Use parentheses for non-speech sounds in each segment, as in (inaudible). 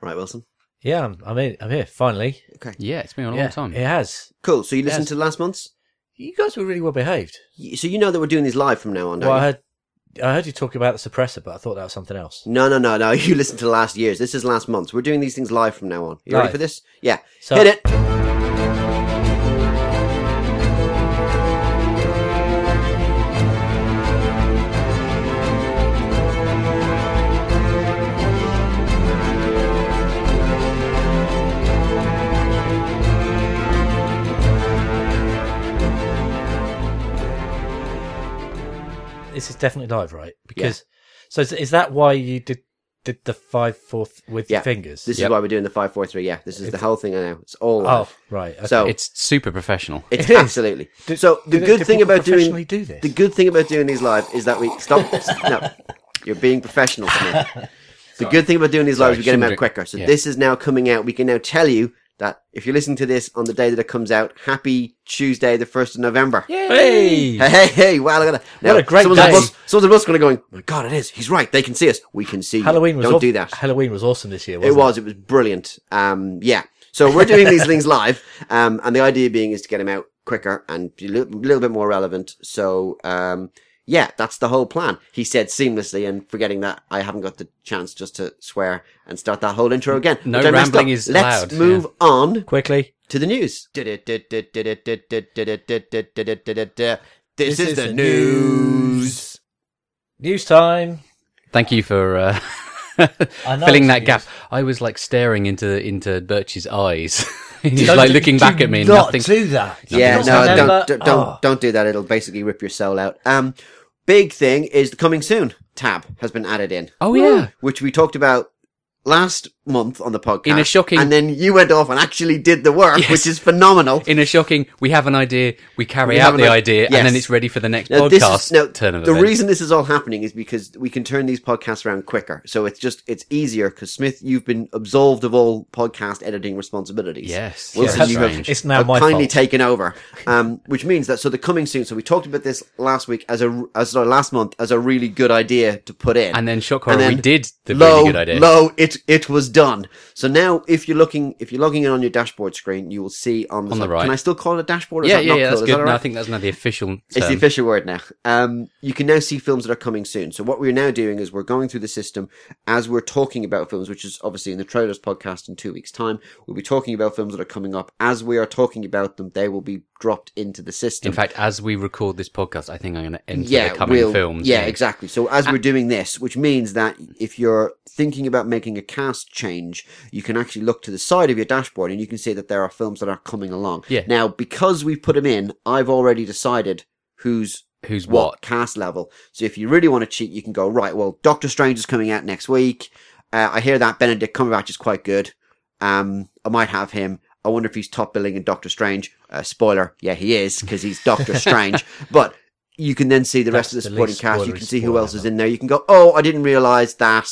Right, Wilson. Yeah, I'm, I'm here. I'm here finally. Okay. Yeah, it's been a long yeah, time. It has. Cool. So you listened Yes. to last month's? You guys were really well behaved. Y- So you know that we're doing these live from now on, don't Well, I you? heard, I heard you talk about the suppressor, but I thought that was something else. No, no, no, no. (laughs) You listened to last year's. This is last month's. We're doing these things live from now on. You ready Live. for this? Yeah. So- Hit it. This is definitely live, right? Because so is, is that why you did did the five fourth with Yeah. your fingers? This is Yep. why we're doing the five, four, three. Yeah. This is the It's- whole thing. I know. It's all oh live. right. okay. So It's super professional. it's (laughs) It is. absolutely. Do- so the do they- good do thing people about doing professionally do this? the good thing about doing these live is that we stop. (laughs) no, you're being professional. Samir. The good thing about doing these Sorry, live is we get them out shouldn't do- quicker. So yeah. this is now coming out. We can now tell you that if you're listening to this on the day that it comes out, happy Tuesday, the first of November. hey, Hey, hey, hey, wow, look at that. Now, What a great someone's on the day. bus- someone's on the bus going, going, my God, it is. He's right. They can see us. We can see you. Halloween was Don't aw- do that. Halloween was awesome this year. It Wasn't it was. It was brilliant. Um, yeah. So we're doing these things live. Um, and the idea being is to get them out quicker and be a li- little bit more relevant. So, um, yeah, that's the whole plan. He said seamlessly and forgetting that I haven't got the chance just to swear and start that whole intro again. No which I messed rambling up. is Let's allowed, move on quickly. to the news. This is the news. News time. Thank you for (laughs) uh, know filling it's that news. gap. I was like staring into into Birch's eyes. (laughs) He's Don't like do- looking do back at me. and Not Nothing. do that. Yeah, Not no, remember- don't don't Oh. don't, don't do that. It'll basically rip your soul out. Um, big thing is the coming soon tab has been added in, Oh yeah. which we talked about last month on the podcast In a shocking- And then you went off and actually did the work, Yes. which is phenomenal. In a shocking, we have an idea, we carry We have out an the i- idea, yes. and then it's ready for the next Now, podcast this is, now, turn of the events. reason this is all happening is because we can turn these podcasts around quicker. So it's just it's easier because Smith, you've been absolved of all podcast editing responsibilities. Yes. Wilson, yes, you have- strange. It's now have my kindly fault. taken over, um, which means that so the coming soon. So we talked about this last week as a as sorry, last month as a really good idea to put in, And then shock horror, and then we did the low, really good idea. low, it it was done. So now if you're looking if you're logging in on your dashboard screen, you will see on the, On the side- right. Can I still call it a dashboard? Or is yeah, that yeah, not yeah. cool? That's Is good. that all No, I right? think that's now the official. Term. It's the official word now. Um, you can now see films that are coming soon. So what we're now doing is we're going through the system as we're talking about films, which is obviously in the trailers podcast in two weeks' time. We'll be talking about films that are coming up. As we are talking about them, they will be dropped into the system. In fact, as we record this podcast, I think I'm going to enter yeah, the coming we'll- films. Uh, Yeah, in. exactly. So as we're doing this, which means that if you're thinking about making a cast change, you can actually look to the side of your dashboard and you can see that there are films that are coming along. Yeah. Now, because we've put them in, I've already decided who's Who's what, what? cast level. So if you really want to cheat, you can go right. Well, Doctor Strange is coming out next week. Uh, I hear that Benedict Cumberbatch is quite good. Um, I might have him. I wonder if he's top billing in Doctor Strange. Uh, spoiler, yeah, he is because he's Doctor (laughs) Strange. But you can then see the rest of That's the the supporting least cast. You spoilery can see who spoiler else is ever. in there. You can go, oh, I didn't realize that.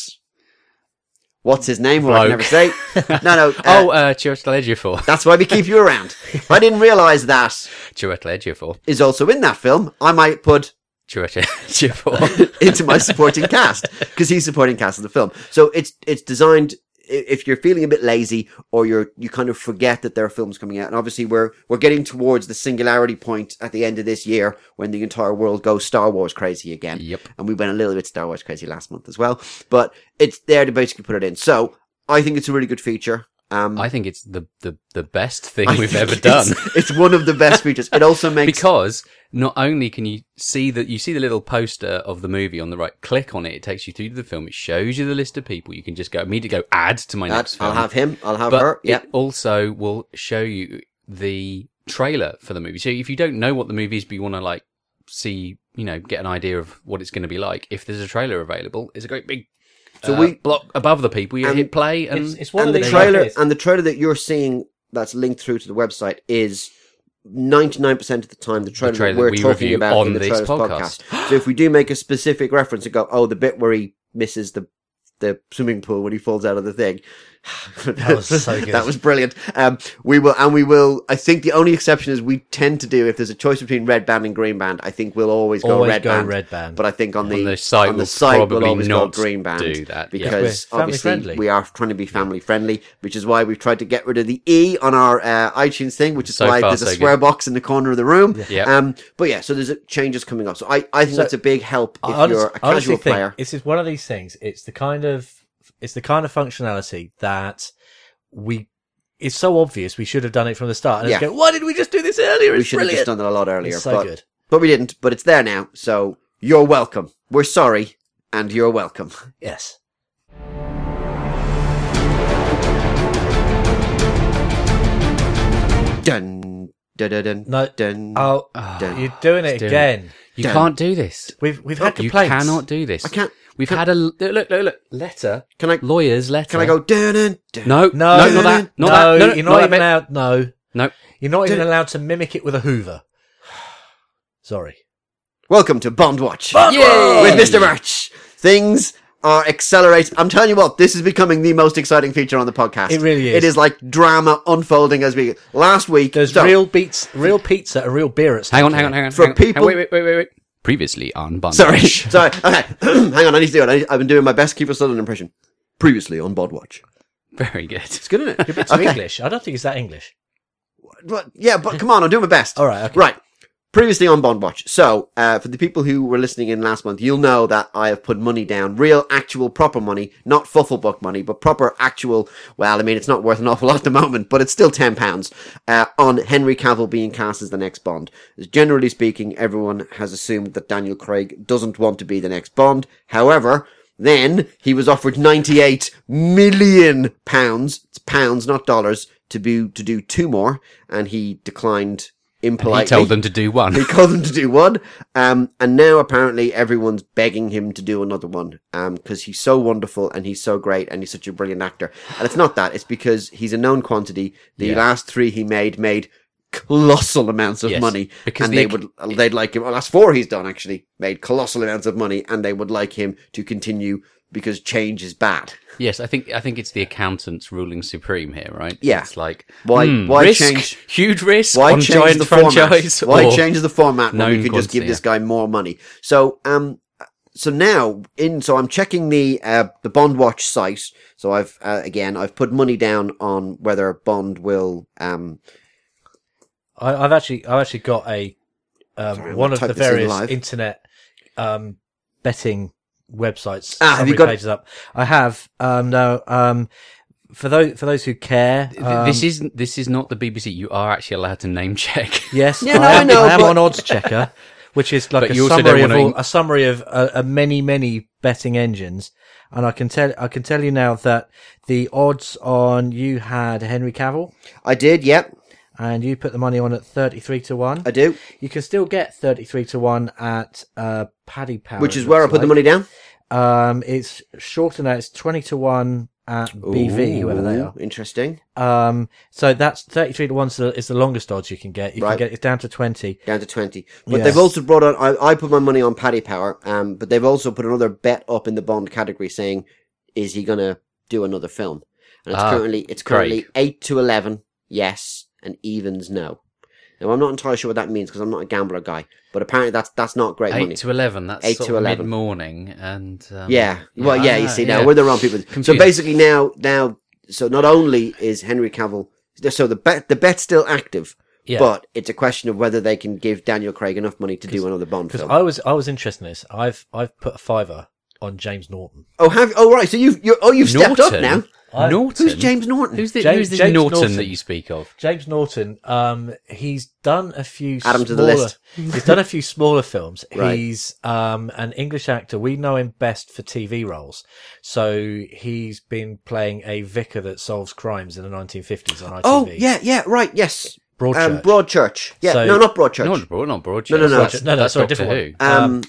What's his name? Well, I can never Bloke. say. (laughs) No, no. uh, (laughs) oh, uh, Chiwetel Ejiofor. that's why we keep you around. If I didn't realize that Chiwetel Ejiofor. is also in that film. I might put (laughs) Chiwetel Ejiofor. into my supporting cast because he's supporting cast of the film. So it's it's designed i- if you're feeling a bit lazy or you're you kind of forget that there are films coming out. And obviously we're we're getting towards the singularity point at the end of this year when the entire world goes Star Wars crazy again. Yep. And we went a little bit Star Wars crazy last month as well, but it's there to basically put it in. So I think it's a really good feature. Um, I think it's the, the, the best thing I we've think ever it's- (laughs) done. It's one of the best features. It also makes Because not only can you see that you see the little poster of the movie on the right, click on it, it takes you through to the film, it shows you the list of people. You can just go immediately go add to my next that, film. I'll have him. I'll have but her. Yeah. it also will show you the trailer for the movie. So if you don't know what the movie is, but you want to like see, you know, get an idea of what it's going to be like, if there's a trailer available, it's a great big So so we- we block above the people. You And hit play, and It's, it's one and of the these trailer like this. and the trailer that you're seeing that's linked through to the website is 99% of the time the trailer, trailer that we're that we talking review about on in the this trailers podcast. podcast. so if we do make a specific reference and go, oh, the bit where he misses the the swimming pool when he falls out of the thing, (laughs) That was so good. (laughs) that was brilliant. Um, we will, and we will. I think the only exception is we tend to do if there's a choice between red band and green band. I think we'll always go Always red go band. red band. But I think on the, the site, on the we'll site we'll probably always go not green band. do that, yeah. We're because family obviously friendly. we are trying to be family friendly, which is why we've tried to get rid of the e on our uh, iTunes thing, which is So why far, there's a so good. swear box in the corner of the room. Yeah. Um, but yeah, so there's a, changes coming up. So I, I think So- that's a big help if I honest- you're a honestly casual think player. This is one of these things. It's the kind of it's the kind of functionality that we it's so obvious we should have done it from the start. And Yeah. it's go, why did we just do this earlier? we It's should have brilliant. just done that a lot earlier. it's so but good. But we didn't, but it's there now, so you're welcome. We're sorry, and you're welcome. Yes. Dun, dun, dun, dun, No. dun. Oh, Dun. you're doing it He's doing again. You Don't. can't do this. We've we've had You complaints. cannot do this. I can't. We've had a look, look, look, look, letter, Can I? Can lawyer's letter. I go? Dun, dun, dun. No, No, no, not that, no, not that. No, no, you're not not, that even bit. allowed. No, No. you're not even Dun. allowed to mimic it with a Hoover. (sighs) Sorry. Welcome to Bond Watch Yay! with Oh, Mr. March. Things are accelerating. I'm telling you what, this is becoming the most exciting feature on the podcast. It really is. It is like drama unfolding as we. Last week, There's so- real beats, real pizza, and real beer at stake. Hang on, hang here. on, hang on. For hang on. people- Wait, wait, wait, wait, wait. Previously on (laughs) Bond. Sorry, (laughs) sorry. Okay, (clears throat) hang on. I need to do it. I need, I've been doing my best Keeper Sutherland impression. Previously on Bond Watch. (laughs) Very good. It's good, isn't it? You're a bit too English. I don't think it's that English. Well, yeah, but come on, I'm doing my best. All right, okay. Right. Previously on Bond Watch. So, uh, for the people who were listening in last month, you'll know that I have put money down. Real, actual, proper money. Not fufflebook money, but proper, actual, well, I mean, it's not worth an awful lot at the moment, but it's still £10, uh, on Henry Cavill being cast as the next Bond. Generally speaking, everyone has assumed that Daniel Craig doesn't want to be the next Bond. However, then he was offered 98 million pounds, it's pounds, not dollars, to be, to do two more, and he declined impolitely. He told them to do one. He told them to do one. Um, and now apparently everyone's begging him to do another one. Um, cause he's so wonderful and he's so great and he's such a brilliant actor. And it's not that. It's because he's a known quantity. The Yeah. last three he made made colossal amounts of Yes, money. because and the they ec- would, they'd like him. Well, last four he's done actually made colossal amounts of money and they would like him to continue because change is bad. Yes, I think I think it's the accountants ruling supreme here, right? Yeah. It's like Why- hmm, why risk, change- huge risk Why on change giant the franchise? format? (laughs) Why or- change the format when known you can just give quantity, this guy more money? So, um, so now in, so I'm checking the, uh, the Bond Watch site. So I've, uh, again, I've put money down on whether Bond will, um, I, I've actually I've actually got a um, Sorry, I'm one gonna of type the this in various live. internet um, betting websites. Ah, have summary you got- pages up? I have. Um, no. Um, for those for those who care, Th- um, this is this is not the BBC. You are actually allowed to name check. yes. Yeah, no, I, I am, know, I am but- on odds checker, which (laughs) is like But a you also summary, don't of wanna all, in- a summary of uh a many many betting engines. And I can tell I can tell you now that the odds on you had Henry Cavill, I did. Yep. and you put the money on at thirty three to one. I do, You can still get 33 to 1 at uh, Paddy Power. which is it where I looks put the like. money down. Um, it's shorter now. It's 20 to 1 at BV, whoever they are. Ooh, Interesting. Um, so that's 33 to 1 is the, is the longest odds you can get. You Right. can get it's down to 20. Down to 20. But Yes. they've also brought on, I, I put my money on Paddy Power, um, but they've also put another bet up in the Bond category saying, is he gonna do another film? And it's Ah, currently, it's currently 8 to 11, yes, and evens no. Now I'm not entirely sure what that means because I'm not a gambler guy, but apparently that's, that's not great money. Eight to eleven. That's Eight sort to of 11. mid-morning, and um, Yeah. Well, yeah, you Ah, see now, yeah. we're the wrong people. So Confused. basically now, now, so not only is Henry Cavill, so the bet, the bet's still active, Yeah. but it's a question of whether they can give Daniel Craig enough money to do another Bond Because film. I was, I was interested in this. I've, I've put a fiver on James Norton. Oh, have oh right. So you've you're, oh you've stepped up Norton? now. I- Norton. Who's James Norton? Who's, the, James- who's this James Norton, Norton. that you speak of? James Norton, um, he's done a few. Add him to the smaller- list. (laughs) he's done a few smaller films. (laughs) Right. He's um, an English actor. We know him best for TV roles. So he's been playing a vicar that solves crimes in the 1950s on ITV. oh yeah, yeah, right, yes. Broadchurch. Um, Broadchurch. Yeah, So- no, not Broadchurch. Not broad, not broad. No, no, no. That's, No, no, that's sorry, Doctor different Who. one. um,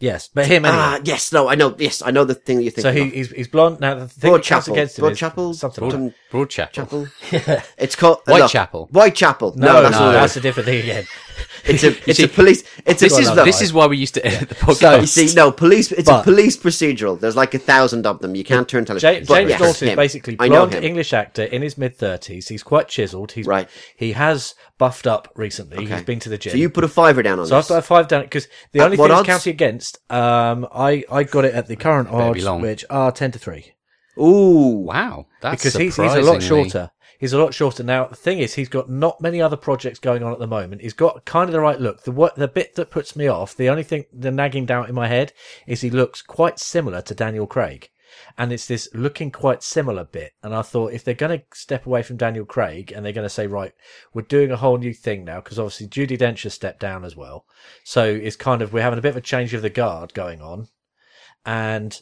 yes, but him anyway. ah, yes, no, I know. Yes, I know the thing that you're so thinking. he, he's, he's blonde. Now the thing that counts Broadchapel. against him is Broadchapel? something Broad- like Broadchapel. Broadchapel. (laughs) Chapel. it's called uh, no. Whitechapel. Whitechapel. that. No, that's no, another that's one. a different thing again. It's (laughs) a it's see, a police. It's This a is that Oh, this right. is why we used to edit the podcast. you see, no police. It's But- a police procedural. There's like a thousand of them. You can't turn television. Ja- James Norton is basically I know blonde him. English actor in his mid thirties. He's quite chiselled. He's Right. He has buffed up recently. Okay. He's been to the gym. So you put a fiver down on So I've this. got a five down because the At only what thing it's odds? counting against, um, I I got it at the current Better be odds, long. which are ten to three Ooh, Wow, that's because he's he's a lot shorter. He's a lot shorter now. The thing is, he's got not many other projects going on at the moment. He's got kind of the right look. The what the bit that puts me off, the only thing, the nagging doubt in my head is he looks quite similar to Daniel Craig, and it's this looking quite similar bit. And I thought if they're going to step away from Daniel Craig and they're going to say right, we're doing a whole new thing now because obviously Judy Dench has stepped down as well, so it's kind of we're having a bit of a change of the guard going on, and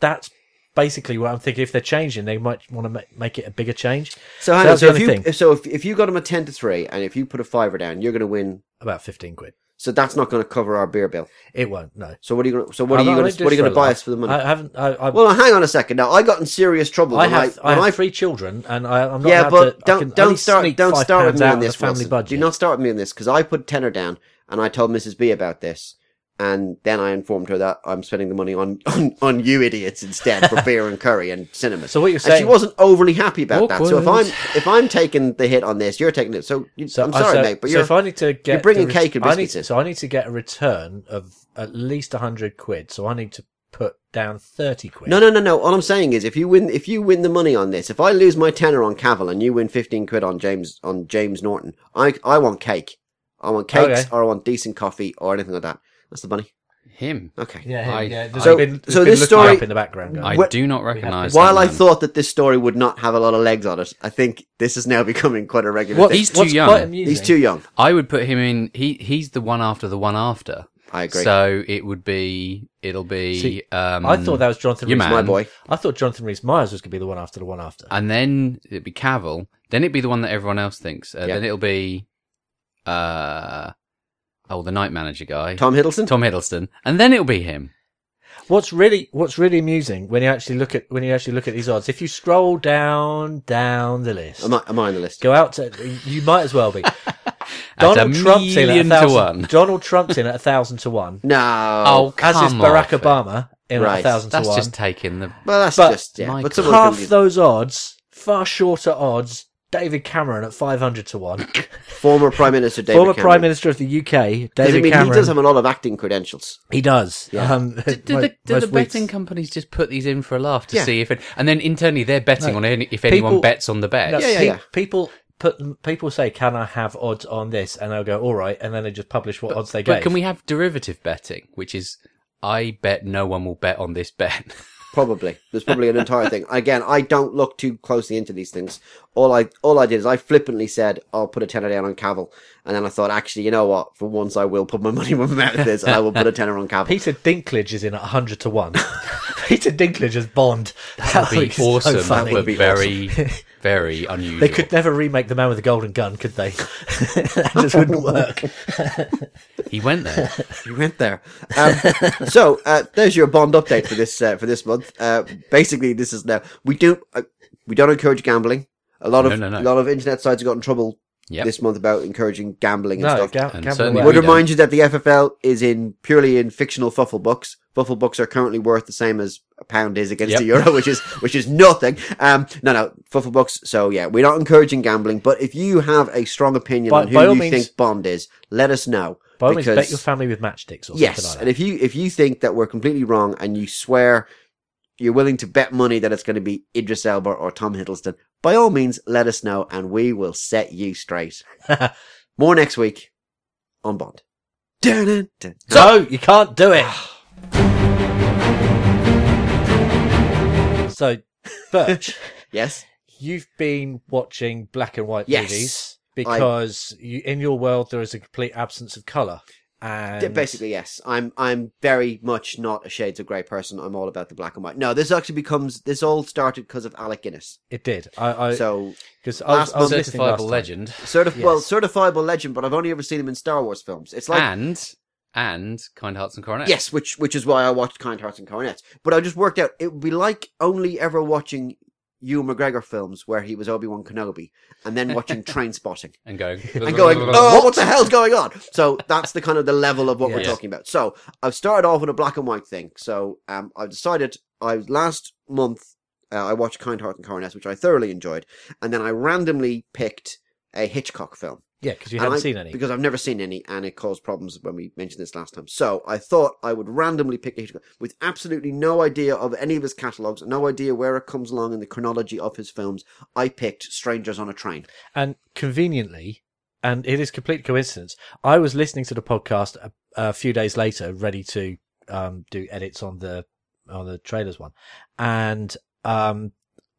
that's basically what I'm thinking. If they're changing, they might want to make, make it a bigger change. So, hang So on, that's so the if only you thing. if, so if, if you got them a ten to three, and if you put a fiver down, you're going to win. About fifteen quid. So that's not going to cover our beer bill. It won't. No. So what are you going? to So what are I'm you not- I going? don't do to What are you this going to buy a us for the lot. money? I haven't. I, I, well, hang on a second. Now I got in serious trouble. I when have. I, when have I- three children, and I, I'm not. yeah, allowed but to, I can don't only don't start sneak don't five start with pounds me out on of this. the family Wilson. budget. Do not start with me on this because I put tenner down and I told Mrs. B about this, and then I informed her that I'm spending the money on (laughs) on, on you idiots instead (laughs) for beer and curry and cinema. So what you're and she saying- wasn't overly happy about that. So if I'm Awkward. if I'm taking the hit on this, you're taking it. So, you, So I'm I- sorry, so, mate, but so you're if I need to get the bringing ret- cake and I biscuits need- in. So I need to get a return of at least hundred quid. So I need to put down thirty quid. No, no, no, no. All I'm saying is, if you win, if you win the money on this, if I lose my tenner on Cavill and you win fifteen quid on James on James Norton, I I want cake. I want cakes, Okay. or I want decent coffee, or anything like that. That's the money. Him. Okay. Yeah, I- yeah. there's so- been- there's so been this looking me story- up in the background. going, I Wh- do not recognise. While that I man. thought that this story would not have a lot of legs on it, I think this is now (laughs) becoming quite a regular What- thing. he's too what's young. quite amusing- He's too young. I would put him in. He he's the one after the one after. I agree. So it would be. It'll be. See, um, I thought that was Jonathan your Rhys. man. My boy. I thought Jonathan Rhys Myers was going to be the one after the one after. and then it'd be Cavill. Then it'd be the one that everyone else thinks. Uh, Yeah. Then it'll be, uh, oh, the night manager guy, Tom Hiddleston. Tom Hiddleston, and then it'll be him. What's really what's really amusing when you actually look at when you actually look at these odds, if you scroll down down the list, Am I, am I on the list? go out to you might as well be. That's Donald a Trump's in at a million to thousand, one. Donald Trump's in at a thousand to one. No. Oh, As is come Barack off it. Obama in at Right, a thousand to That's one. just taking the. well, that's but just yeah. my But God. someone Half can be those odds, far shorter odds. David Cameron at five hundred to one. former Prime Minister David Former Prime Cameron. Minister of the UK, Because, David I mean, Cameron. he does have a lot of acting credentials. He does. Yeah. Um, (laughs) Do, do mo- the, do most the betting weeks. companies just put these in for a laugh to Yeah. see if it, and then internally they're betting No. on any, if anyone People- bets on the bet. No, Yeah, yeah, pe- yeah. People put people say, "Can I have odds on this?" And they'll go, "All right," and then they just publish what odds they But gave. can we have derivative betting, which is I bet no one will bet on (laughs) this bet. Probably. There's probably an entire thing. Again, I don't look too closely into these things. All I all I did is I flippantly said, I'll put a tenner down on Cavill. And then I thought, actually, you know what? For once I will put my (laughs) money where my mouth is and I will put a tenner on Cavill. Peter Dinklage is in at hundred to (laughs) one. Peter Dinklage as Bond. That That'd would be awesome, Oh, funny. but be very, very (laughs) unusual. They could never remake the Man with the Golden Gun, could (laughs) they? that just (laughs) wouldn't work. He (laughs) went there. You went there. Um, so uh, there's your Bond update for this uh, for this month. Uh, basically, this is now we do uh, we don't encourage gambling. A lot of No, no, no. a lot of internet sites have got in trouble Yep. this month about encouraging gambling and No, stuff. ga- And gamble certainly away. Would we don't. remind you that the FFL is in purely in fictional fuffle books. Fuffle books are currently worth the same as a pound is against Yep. the euro, (laughs) which is which is nothing. Um, no, no, fuffle books. So yeah, we're not encouraging gambling. But if you have a strong opinion By- on by who all you means- think Bond is, let us know. By all means, bet your family with matchsticks or yes, something and like if you if you think that we're completely wrong and you swear you're willing to bet money that it's going to be Idris Elba or Tom Hiddleston, by all means, let us know and we will set you (laughs) straight. that. More next week on Bond. Dun-dun-dun. no, you can't do it. (sighs) so, (laughs) Birch. Yes. you've been watching black and white Yes. movies because you, in your world there is a complete absence of color and D- Basically, yes. I'm I'm very much not a shades of grey person. I'm all about the black and white. No, this actually becomes this all started because of Alec Guinness. it did i i So because I, was, last I was month- listening last Certifiable time. legend. sort of well, Yes. certifiable legend, but I've only ever seen him in Star Wars films. It's like and and Kind Hearts and Coronets. yes, which which is why I watched Kind Hearts and Coronets. But I just worked out it would be like only ever watching Ewan McGregor films where he was Obi Wan Kenobi, and then watching Train Spotting and going (laughs) and going, "Oh, what the hell's going on?" So that's the kind of the level of what we're Yes. talking about. So I've started off with a black and white thing. So um, I've decided I last month uh, I watched Kind Heart and Coronet, which I thoroughly enjoyed, and then I randomly picked a Hitchcock film Yeah, because you And haven't I- seen any. because I've never seen any, and it caused problems when we mentioned this last time. So I thought I would randomly pick a Hitchcock with absolutely no idea of any of his catalogs, no idea where it comes along in the chronology of his films. I picked Strangers on a Train. And conveniently, and it is complete coincidence, I was listening to the podcast a, a few days later, ready to um, do edits on the on the trailers one, and um,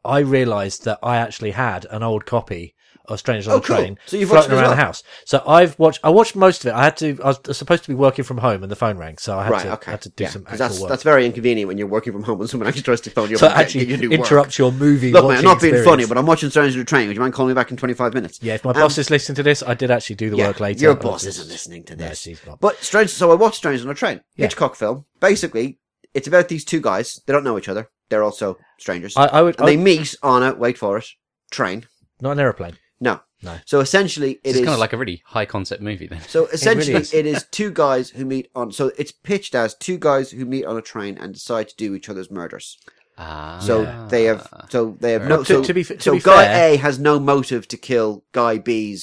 I realised that I actually had an old copy of Strangers on Oh, a cool. Train So you've watched floating it as around the well? house. So I've watched. I watched most of it. I had to. I was supposed to be working from home, and the phone rang, so I had right, to okay. had to do Yeah, some 'cause actual that's, work. that's very inconvenient when you're working from home and someone (laughs) actually tries to phone you so up and actually, get you new interrupt work. your movie. Look, man, watching I'm not being funny, experience. but I'm watching Strangers on a Train. Would you mind calling me back in 25 minutes? yeah, if my Um, boss is listening to this, I did actually do the yeah, work later. Your I boss just- isn't listening to No, this. she's not. But strange. So I watched Strange on a Train, Yeah. Hitchcock film. Basically, it's about these two guys. They don't know each other. They're also strangers, I, I would. and I they meet on a wait for it train. Not an aeroplane. No, No. So essentially, it It's is kind of like a really high concept movie then. so essentially, is. it is two guys who meet on. So it's pitched as two guys who meet on a train and decide to do each other's murders. Ah, (laughs) So they have. So they have Fair no. enough. So, To- to be f- to so be guy fair- A has no motive to kill guy B's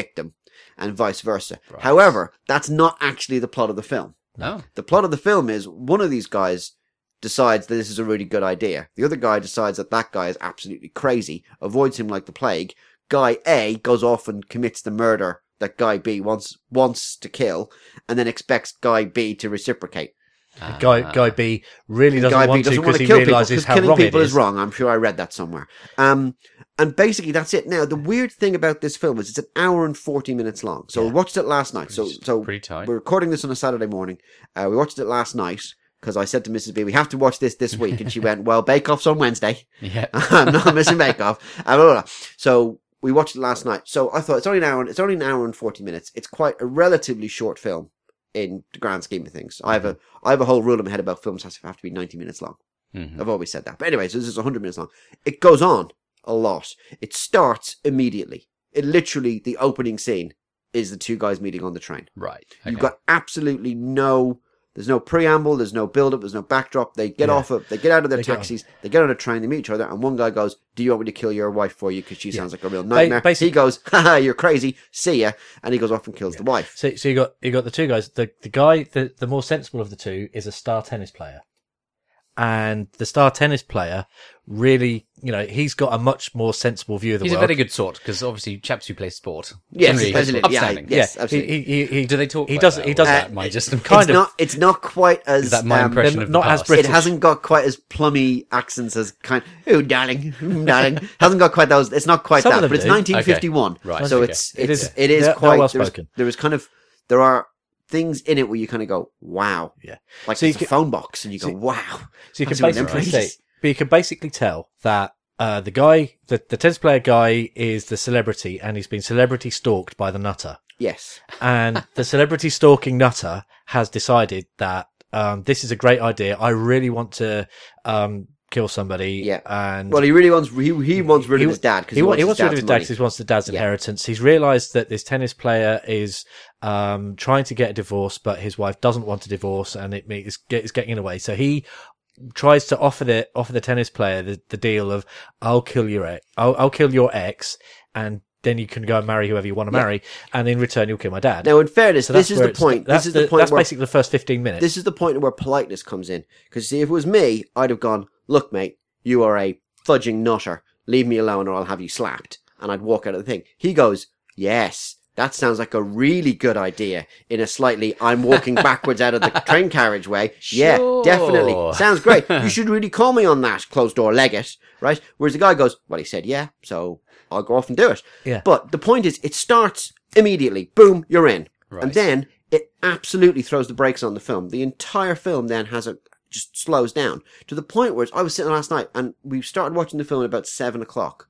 victim, and vice versa. Right. However, that's not actually the plot of the film. no. The plot of the film is one of these guys decides that this is a really good idea. The other guy decides that that guy is absolutely crazy, avoids him like the plague. Guy A goes off and commits the murder that guy B wants wants to kill, and then expects guy B to reciprocate. Guy Ah. Guy B really doesn't uh, guy want B doesn't to want because to he kill people because realizes how killing wrong it people is. is. wrong. I'm sure I read that somewhere. Um, and basically that's it. Now the weird thing about this film is it's an hour and forty minutes long. So we Yeah. watched it last night. So so pretty tight. we're recording this on a Saturday morning. Uh, we watched it last night because I said to Mrs. B, "We have to watch this this week," and she went, "Well, Bake Off's on Wednesday. (laughs) Yeah. I'm not missing Bake Off." And blah, blah, blah. So we watched it last night. So I thought it's only an hour. and- It's only an hour and forty minutes. It's quite a relatively short film in the grand scheme of things. I have a I have a whole rule in my head about films has to have to be ninety minutes long. Mhm. I've always said that. But anyway, so this is 100 minutes long. It goes on a lot. It starts immediately. It literally, the opening scene is the two guys meeting on the train. Right. You've okay. got absolutely no. There's no preamble. There's no build up. There's no backdrop. They get Yeah. off of. They get out of their They get on. taxis. they get on a train. They meet each other, and one guy goes, "Do you want me to kill your wife for you? Because she Yeah. sounds like a real nightmare." basically- he goes, "Haha, you're crazy. See ya." And he goes off and kills the wife. So, so you got you got the two guys. The the guy the, the more sensible of the two is a star tennis player, and the star tennis player really you know he's got a much more sensible view of the He's a world. very good sort because obviously chaps who play sport. Yes, generally absolutely. Yeah, upstanding. yeah. Yes, Yeah, absolutely. Uh, He, he, he, he- Do they talk? He like doesn't. that, he or doesn't. (laughs) Is that my just kind it's of. Not, it's not quite as. Is that my um, impression they're of the not as past? British. It hasn't got quite as plummy accents as kind. Oh, darling, oh, darling. (laughs) hasn't got quite those. It's not quite Some of that, them but it's do. 1951, Okay. Right, So okay. it's It it's is- it is they're- they're quite. well there was- spoken. there was kind of there are things in it where you kind of go, wow, Yeah. like So you it's can- a phone box, and you go, so- wow. So you can That's what them basically say, places. but you can basically tell that uh, the guy, the, the tennis player guy, is the celebrity, and he's been celebrity stalked by the nutter. Yes, (laughs) and the celebrity stalking nutter has decided that um, this is a great idea. I really want to um, kill somebody. Yeah. and well, he really wants he, he wants rid He of wa- his dad because he, he, wa- wants he wants rid of dad's his dad money. 'cause he wants the dad's Yeah. inheritance. He's realised that this tennis player is um, trying to get a divorce, but his wife doesn't want a divorce, and it means it's getting in the way. So he tries to offer the offer the tennis player the, the deal of I'll kill your ex, I'll, I'll kill your ex, and then you can go and marry whoever you want to marry, and in return you'll kill my dad. Now, in fairness, So this that's is where the it's- point. That's This is the point That's where basically the first fifteen minutes. this is the point where politeness comes in. Because see, if it was me, I'd have gone, "Look, mate, you are a fudging nutter. Leave me alone, or I'll have you slapped." And I'd walk out of the thing. He goes, "Yes, that sounds like a really good idea." In a slightly, I'm walking backwards out of the train carriageway. Yeah, Sure. definitely, sounds great. You should really call me on that closed door legate, right? Whereas the guy goes, "Well, he said yeah, so I'll go off and do it." Yeah. But the point is, it starts immediately. Boom, you're in. Right. And then it absolutely throws the brakes on the film. The entire film then has a just slows down to the point where it's- I was sitting last night and we started watching the film at about seven o'clock.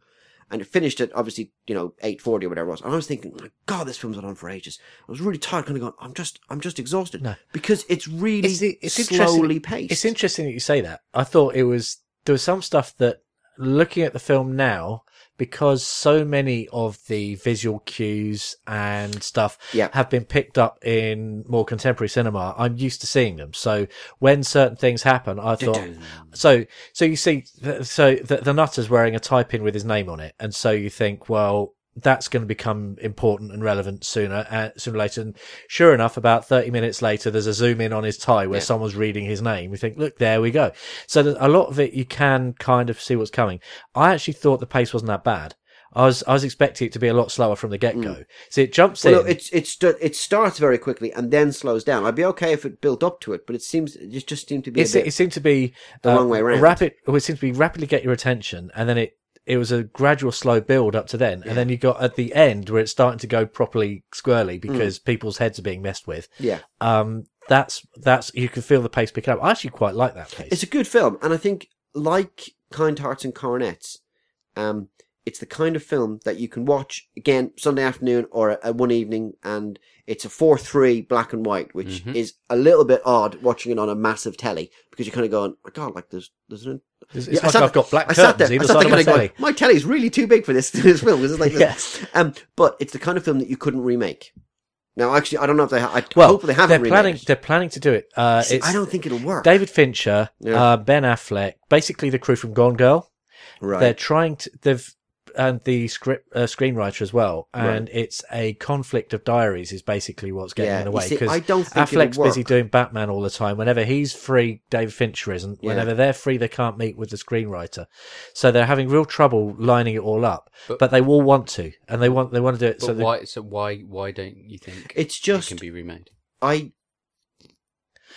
And it finished at obviously, you know, eight forty or whatever it was. And I was thinking, my God, this film's been on for ages. I was really tired, kind of going, I'm just, I'm just exhausted No. because it's really It's- it's interesting- slowly paced. It's interesting that you say that. I thought it was there was some stuff that looking at the film now, because so many of the visual cues and stuff Yeah. have been picked up in more contemporary cinema, I'm used to seeing them. So when certain things happen, I thought, so, so you see, th- so the, the Nutter's wearing a tie pin with his name on it. And so you think, well, that's going to become important and relevant sooner, uh, sooner or later. And sure enough, about 30 minutes later, there's a zoom in on his tie where Yeah. someone's reading his name. We think, look, there we go. So that a lot of it, you can kind of see what's coming. I actually thought the pace wasn't that bad. I was, I was expecting it to be a lot slower from the get go. See, it jumps Mm. Well, in. no, it's it stu- it starts very quickly and then slows down. I'd be okay if it built up to it, but it seems it just seemed to be. A It's, bit, it seemed to be uh, the wrong way round. Rapid. Well, it seemed to be rapidly get your attention, and then it it was a gradual, slow build up to then, and then you got at the end where it's starting to go properly Mm. squirrely because people's heads are being messed with. yeah, Um, that's that's you can feel the pace picking up. I actually quite like that pace. it's a good film, and I think like Kind Hearts and Coronets, um, it's the kind of film that you can watch again Sunday afternoon or a, a one evening, and it's a four three black and white, which Mm-hmm. Mhm. is a little bit odd watching it on a massive telly because you're kind of going, oh God, like there's there's an It's, it's Yeah, I like sat- I've got black I sat there. curtains I either sat side there of kind my of going, my telly. telly's really too big for this (laughs) this film. It's (laughs) like this. (laughs) Yes. Um, but it's the kind of film that you couldn't remake. Now, actually, I don't know if they. Ha- I Well, hope they haven't they're remade planning. it. They're planning to do it. Uh, See, it's I don't think it'll work. David Fincher, Yeah. uh, Ben Affleck, basically the crew from Gone Girl. they're right. trying to they've and the script uh, screenwriter as well and it's a conflict of diaries is basically what's getting Yeah. in the You way see, I because don't think affleck's it'll work. busy doing batman all the time whenever he's free dave fincher isn't Yeah. whenever they're free they can't meet with the screenwriter so they're having real trouble lining it all up but, they all want to and they want they want to do it But so they, why? So why? Why don't you think It's it just can be remade? I.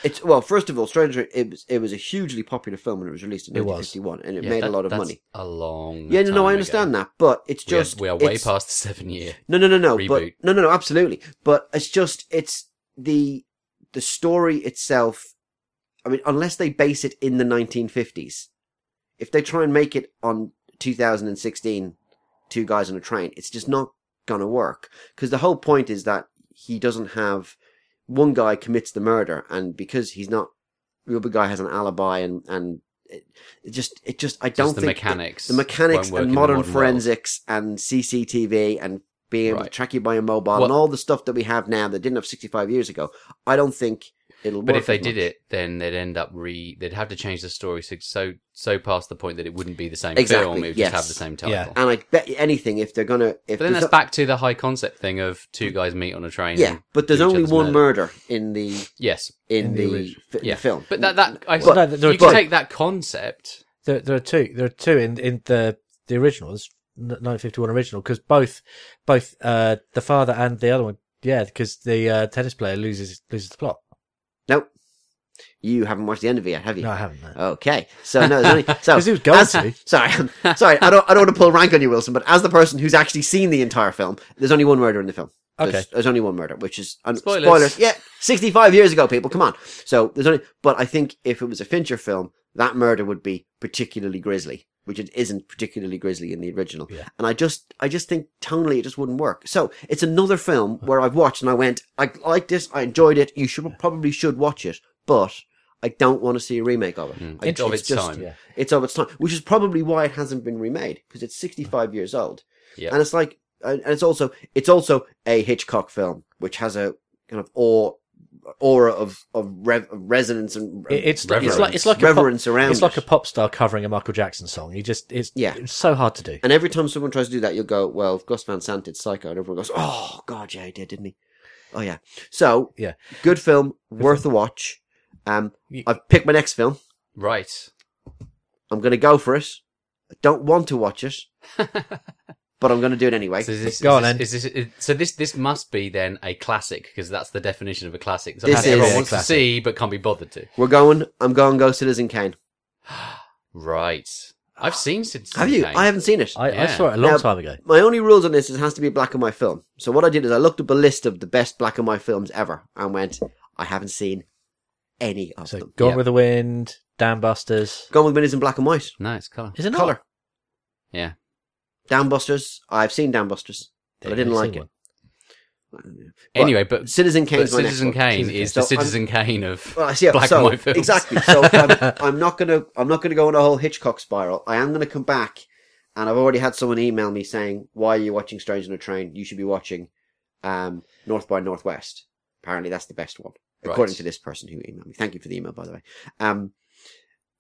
It's well. First of all, Stranger. It was it was a hugely popular film when it was released in It was. 1951, and it Yeah, made that- a lot of that's money. A long. Yeah, no, no, I time understand ago. that, but it's We are- just we are, way it's- past the seven year. No, no, no, no. Reboot. But no, no, no. Absolutely. But it's just it's the the story itself. I mean, unless they base it in the 1950s, if they try and make it on 2016, two guys on a train, it's just not gonna work. Because the whole point is that he doesn't have one guy commits the murder, and because he's not, the other guy has an alibi, and and it, it just it just I don't Just the think it- mechanics. the mechanics won't work and in the modern, world. forensics and CCTV and being able to Right. track you by your mobile and Well- all the stuff that we have now that didn't have 65 years ago. I don't think it'll work. But if they as did much. it, then they'd end up re. They'd have to change the story so so, so past the point that it wouldn't be the same Exactly, film. It would yes. just have the same title. Yeah. and I bet you anything if they're gonna, if But then there's that's o- back to the high concept thing of two guys meet on a train. Mm. yeah, and but there's do each only other's one murder. murder in the Yes. in, In the the, original. fi- Yeah. film. But that that I, Well, no, there- you but- can take that concept. there, there are two there are two in in the the originals 951 original because both both uh the father and the other one yeah because the uh, tennis player loses loses the plot nope, you haven't watched the end of it yet, have you? no i haven't no. Okay, so no, there's only, so (laughs) 'Cause he was going as- to. Sorry, I'm- (laughs) sorry, I don't, I don't want to pull rank on you, Wilson. But as the person who's actually seen the entire film, there's only one murder in the film. There's, Okay. there's only one murder, which is un- spoilers. Spoilers. Yeah, 65 years ago, people. Come on. So there's only, but I think if it was a Fincher film, that murder would be particularly grisly, which it isn't particularly grisly in the original. Yeah. And I just, I just think tonally it just wouldn't work. So it's another film where I've watched and I went, I like this, I enjoyed it. You should probably should watch it, but. I don't want to see a remake Hmm. of it. Mm. I- It's of its time. Yeah. It's of its time, which is probably why it hasn't been remade because it's 65 years old, Yeah. and it's like, and and it's also it's also a Hitchcock film, which has a kind of awe, aura of of, rev, of resonance and It- it's Reverence. it's like it's like reverence a around. pop, it's like it. a pop star covering a Michael Jackson song. You just it's Yeah. it's so hard to do. and every time someone tries to do that, you'll go, "Well, if Gus Van Sant did Psycho," and everyone goes, "Oh God, yeah, he did, didn't he?" Oh yeah. So Yeah. good film, worth a watch. Um, You- I've picked my next film. Right. I'm going to go for it. I don't want to watch it, but I'm going to do it anyway. So is this, Go is on, this- then. is this- is- so this this must be then a classic because that's the definition of a classic. This Something that everyone is a wants classic. to see but can't be bothered to. We're going. I'm going. Go Citizen Kane. Right. I've seen Citizen Have you? Kane. I haven't seen it. I, I Yeah. saw it a long Now- time ago. My only rules on this is it has to be a black and white film. So what I did is I looked up a list of the best black and white films ever and went, I haven't seen any of So them. Gone Yeah. with the Wind, Dam Busters. Gone with the Wind is in black and white. No, it's colour. Is it not? Color. Yeah. Downbusters. I've seen Downbusters, but I Yeah, didn't I've like it. seen one. Anyway, but, Citizen Kane. but Citizen Kane is the Citizen Kane of Well, I see. black so, and white films. Exactly. (laughs) So I'm, I'm not going to. I'm not going to go on a whole Hitchcock spiral. I am going to come back, and I've already had someone email me saying, "Why are you watching Strange on a Train? You should be watching um, North by Northwest. Apparently, that's the best one, Right. according to this person who emailed me. Thank you for the email, by the way. Um,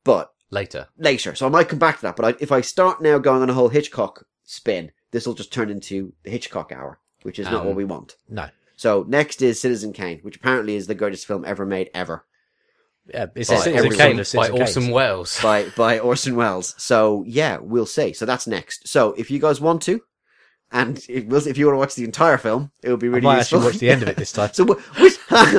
but Later, later, so I might come back to that. But I, if I start now going on a whole Hitchcock spin, this will just turn into the Hitchcock hour, which is not Um, what we want. No. So next is Citizen Kane, which apparently is the greatest film ever made ever. Yeah, it's By a Citizen everyone- Kane by of Citizen Kane. Orson Welles. by by Orson Welles. So yeah, we'll see. So that's next. So if you guys want to, and if, if you want to watch the entire film, it would be I really might useful. actually watch the end of it this time. (laughs) so wh- which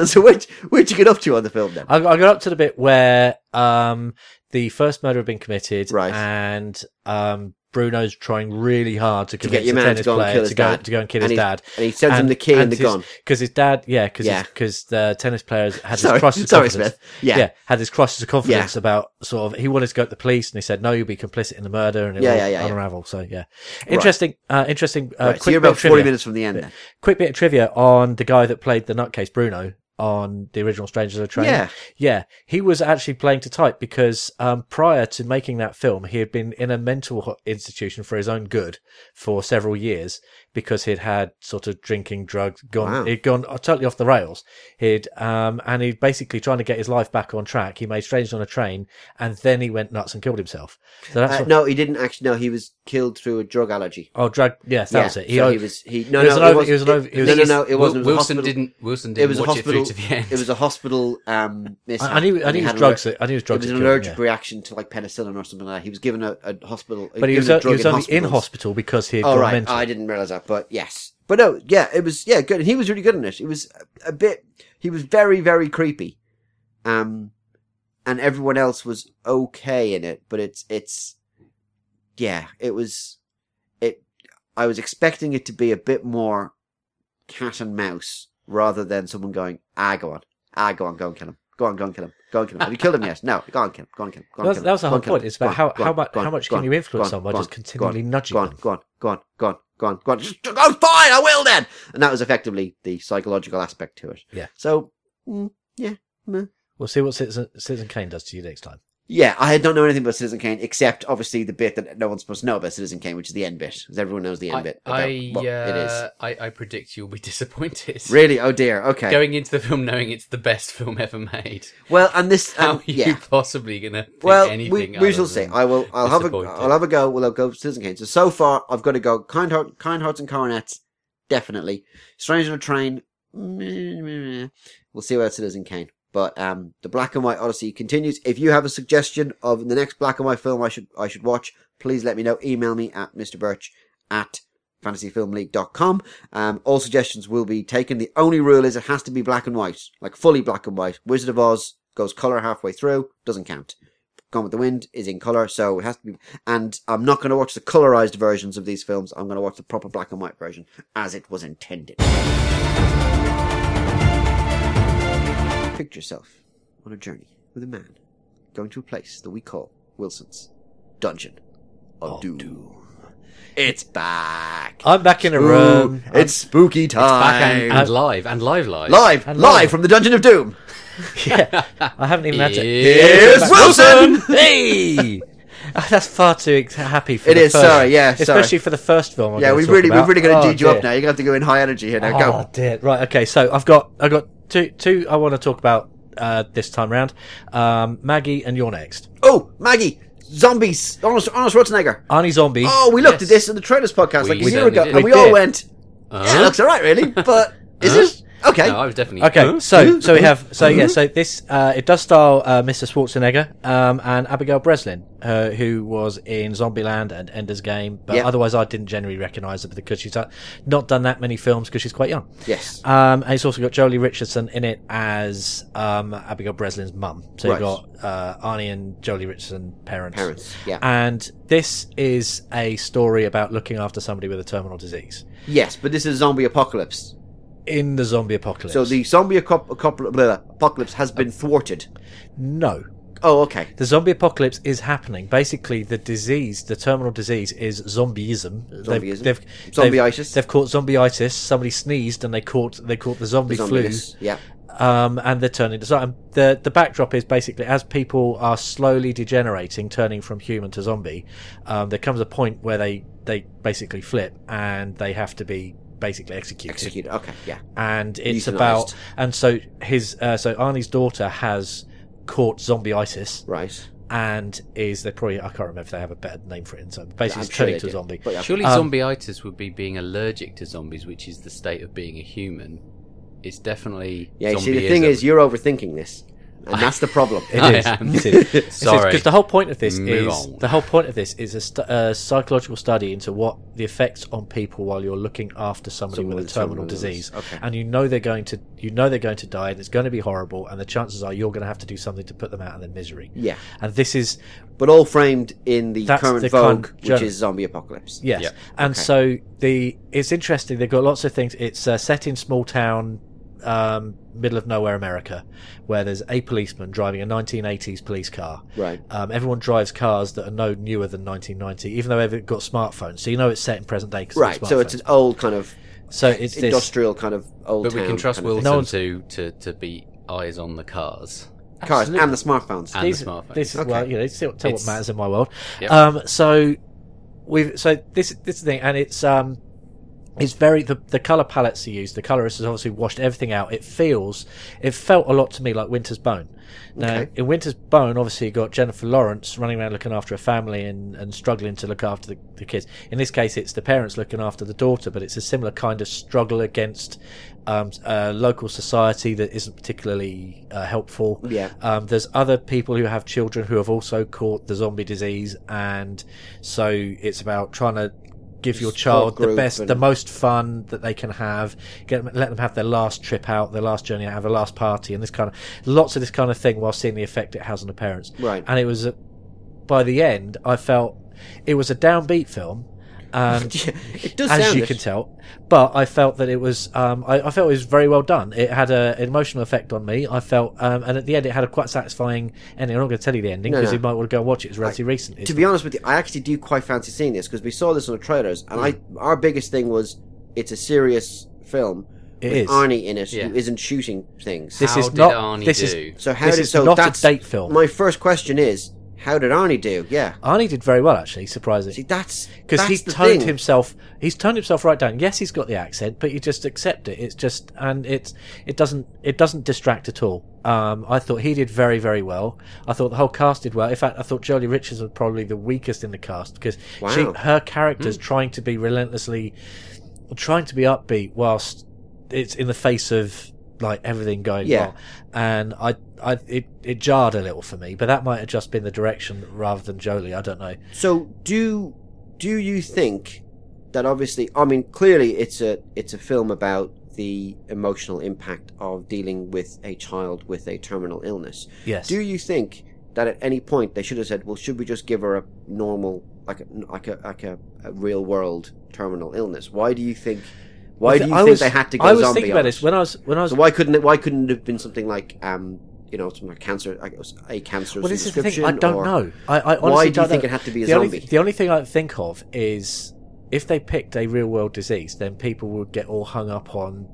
so which (laughs) which you get up to on the film then? I, I got up to the bit where um, the first murder had been committed, Right. and um, Bruno's trying really hard to To convince get your the man to tennis go and player kill his to go dad. to go and kill And his he's- dad. And he sends him the key and, the gun. because his dad, yeah, because Yeah. because the tennis players had this Sorry, crisis (laughs) of sorry, confidence. Smith. Yeah, yeah. yeah, had this crisis of confidence about sort of he wanted to go to the police, and they said no, you'll be complicit in the murder, and it Yeah, will yeah, yeah, yeah. unravel. So yeah, interesting, uh, interesting. Uh, right, quick so you're bit about of forty trivia. minutes from the end. Then. Quick bit of trivia on the guy that played the nutcase Bruno on the original Strangers on a Train. Yeah, Yeah, he was actually playing to type because um, prior to making that film, he had been in a mental ho- institution for his own good for several years because he'd had sort of drinking, drugs, gone, Wow. he'd gone uh, totally off the rails. He'd um, and he'd basically trying to get his life back on track. He made Strangers on a Train, and then he went nuts and killed himself. So that's uh, what, no, he didn't actually. No, he was killed through a drug allergy. oh, drug. Yes, that yeah, was it. He, so o- he was. He no, it was no, an it over- wasn't- it was an over- it was- no, no, no, it Wil- wasn't. It was a Wilson hospital- didn't. Wilson didn't It was a watch hospital. it through to the end. It was a hospital um, mishap. I, I knew. I and he had knew it was an drugs. that- I knew it was It drugs. was that an killed him, allergic yeah. reaction to like penicillin or something like that. He was given a, a hospital, But he was, given a o- he drug was in only in hospitals. hospital because he had Oh gone right, mental. I didn't realize that, but yes, but no, yeah, it was yeah good, and he was really good in it. It was a, a bit, he was very very creepy, um, and everyone else was okay in it, but it's it's, yeah, it was, it. I was expecting it to be a bit more cat and mouse rather than someone going ah go on ah go on go and kill him go on go and kill him go and kill him have you killed him yes no go on kill him go on kill him go on, That was, kill him. that was Go the whole on, kill him. point. It's Go about on, how, go on, how much go on, how much go can on, you go on, influence someone go by on, just go on, continually nudging go on, them? go on, go on, go on, go on, go on, just go on, fine, I will then. And that was effectively the psychological aspect to it. Yeah. So, We'll see what Citizen, Citizen Kane does to you next time. yeah, I don't know anything about Citizen Kane except obviously the bit that no one's supposed to know about Citizen Kane, which is the end bit, because everyone knows the end I, bit. About I, what it uh, is. I, I predict you'll be (laughs) disappointed. Really? Oh dear. Okay. Going into the film knowing it's the best film ever made. well, and this, How um, are you yeah. possibly going to think Well, we, anything? we other shall see. than- I will. I'll have a. disappointed. I'll have a go. We'll have a go. with Citizen Kane. So so far, I've got to go. Kind heart, kind hearts and coronets, definitely. Strange on a train. meh, meh, meh. We'll see about Citizen Kane. But um, the black and white Odyssey continues. If you have a suggestion of the next black and white film I should I should watch, please let me know. Email me at Mr. Birch at fantasyfilmleague.com. Um, all suggestions will be taken. The only rule is it has to be black and white, like fully black and white. Wizard of Oz goes color halfway through, doesn't count. Gone with the Wind is in color, so it has to be. And I'm not going to watch the colorized versions of these films. I'm going to watch the proper black and white version as it was intended. Picture yourself on a journey with a man going to a place that we call Wilson's Dungeon of Of Doom. It's back. I'm back in a Ooh, room. it's spooky Back time. and, and live, and live, live. live, and live live. from the Dungeon of Doom. (laughs) yeah, I haven't even had to. Here's Wilson. Hey! Oh, That's far too ex- happy for It the is, first- sorry, yeah, sorry. especially for the first film. I'm Yeah, gonna we've talk really, about. we've really got to oh, G'd you dear. up now. You're going to have to go in high energy here now. Oh Go. dear. Right. Okay. So I've got I've got two two I want to talk about uh, this time round. Um, Maggie and you're next. Oh, Maggie, zombies. Arnold, Arnold Schwarzenegger. Arnie Zombie. Oh, we looked at this in the trailers podcast like a year We certainly ago, did. and we, We all did. went, "Yeah, Huh? it looks all right, really." But is Huh? it okay? No, I was definitely. Okay, so so we have so yeah so this uh, it does star uh, Mr. Schwarzenegger um, and Abigail Breslin, uh, who was in Zombieland and Ender's Game, but Yep. otherwise I didn't generally recognise her because she's uh, not done that many films because she's quite young. yes. Um, and it's also got Jolie Richardson in it as um, Abigail Breslin's mum. So Right. you've got uh, Arnie and Jolie Richardson parents. Parents, yeah. And this is a story about looking after somebody with a terminal disease Yes, but this is zombie apocalypse. in the zombie apocalypse. So the zombie aco- aco- blah, blah, apocalypse has been thwarted. no. Oh, okay. The zombie apocalypse is happening. Basically, the disease, the terminal disease, is zombieism. Zombieism. They've, Zombieitis. They've, they've caught zombieitis. Somebody sneezed, and they caught they caught the zombie flu. Zombies. Yeah. Um, and they're turning to zombie. The the backdrop is basically as people are slowly degenerating, turning from human to zombie. Um, there comes a point where they they basically flip, and they have to be basically executed Executed. Okay. Yeah. and it's Euthanized. about and so his uh, so Arnie's daughter has caught zombieitis Right. and is they probably I can't remember if they have a better name for it and so basically I'm it's sure turning they to a do. (laughs) zombie. But yeah. Surely Um, zombieitis would be being allergic to zombies, which is the state of being a human. It's definitely Yeah, you see, the thing is, you're overthinking this, and that's the (laughs) problem. It is. is. Sorry. because the whole point of this Move is on. the whole point of this is a, st- a psychological study into what the effects on people while you're looking after somebody Someone with a with terminal terminal illness. disease, Okay. and you know they're going to you know they're going to die, and it's going to be horrible, and the chances are you're going to have to do something to put them out of their misery. (laughs) Yeah. and this is But all framed in the That's current the current vogue, which journal. is zombie apocalypse. Yes. Yeah. And Okay. so the it's interesting. They've got lots of things. It's uh, set in small town, um, middle of nowhere America, where there's a policeman driving a 1980s police car. Right. Um, everyone drives cars that are no newer than 1990, even though they've got smartphones. So you know it's set in present day. Cause of Right. So it's smartphones. an old kind of so it's this. industrial kind of old. But we town can trust kind of thing. Wilson No one's- to, to, to be eyes on the cars. cars Absolutely. and the smartphones. And- These, smartphones. this is Okay. well, you know, it's still tell It's- what matters in my world. Yep. Um, so we've so this this is the thing, and it's um, it's very the the color palettes he used. The colorist has obviously washed everything out. It feels it felt a lot to me like Winter's Bone. Now Okay. in Winter's Bone, obviously you got Jennifer Lawrence running around looking after a family and, and struggling to look after the, the kids. In this case, it's the parents looking after the daughter, but it's a similar kind of struggle against um, a local society that isn't particularly uh, helpful. Yeah. Um, there's other people who have children who have also caught the zombie disease, and so it's about trying to give your child the group best, and- the most fun that they can have. Get them, let them have their last trip out, their last journey out, have a last party, and this kind of lots of this kind of thing, while seeing the effect it has on the parents. Right. And it was a- by the end, I felt it was a downbeat film. And Yeah, (laughs) it does as sound you it. can tell. But I felt that it was, um, I, I felt it was very well done. It had a, an emotional effect on me. I felt, um, and at the end, it had a quite satisfying ending. I'm not going to tell you the ending No, because no. you might want to go and watch it. It's relatively recent. It's- to be honest with you, I actually do quite fancy seeing this because we saw this on the trailers, and Mm. I our biggest thing was it's a serious film It with is. Arnie in it Yeah. who isn't shooting things. This How is did not- Arnie this is- do? so how this did is so not that's a date film. My first question is, how did Arnie do? Yeah, Arnie did very well, actually, see surprisingly. that's Because that's he the toned thing. himself, he's toned himself right down. Yes, he's got the accent, but you just accept it. It's just, and it's, it doesn't, it doesn't distract at all. Um, I thought he did very, very well. I thought the whole cast did well. In fact, I thought Jolie Richards was probably the weakest in the cast because she, Wow. Hmm. her character's trying to be relentlessly, trying to be upbeat whilst it's in the face of like everything going Yeah. wrong. And I, I, it, it jarred a little for me, but that might have just been the direction rather than Jolie. I don't know. So do do you think that obviously I mean clearly it's a it's a film about the emotional impact of dealing with a child with a terminal illness. Yes. Do you think that at any point they should have said, "Well, should we just give her a normal, like a like a like a, a real world terminal illness"? Why do you think? Why I do thi- you I think was- they had to go I was zombie? thinking about on this it? when I was when I was. So why couldn't it? Why couldn't it have been something like, um, you know, some like cancer, like a cancer well, this is the subscription? thing. I don't or- know. I, I honestly Why do you don't think know. it had to be a the zombie? Only, the only thing I think of is if they picked a real world disease, then people would get all hung up on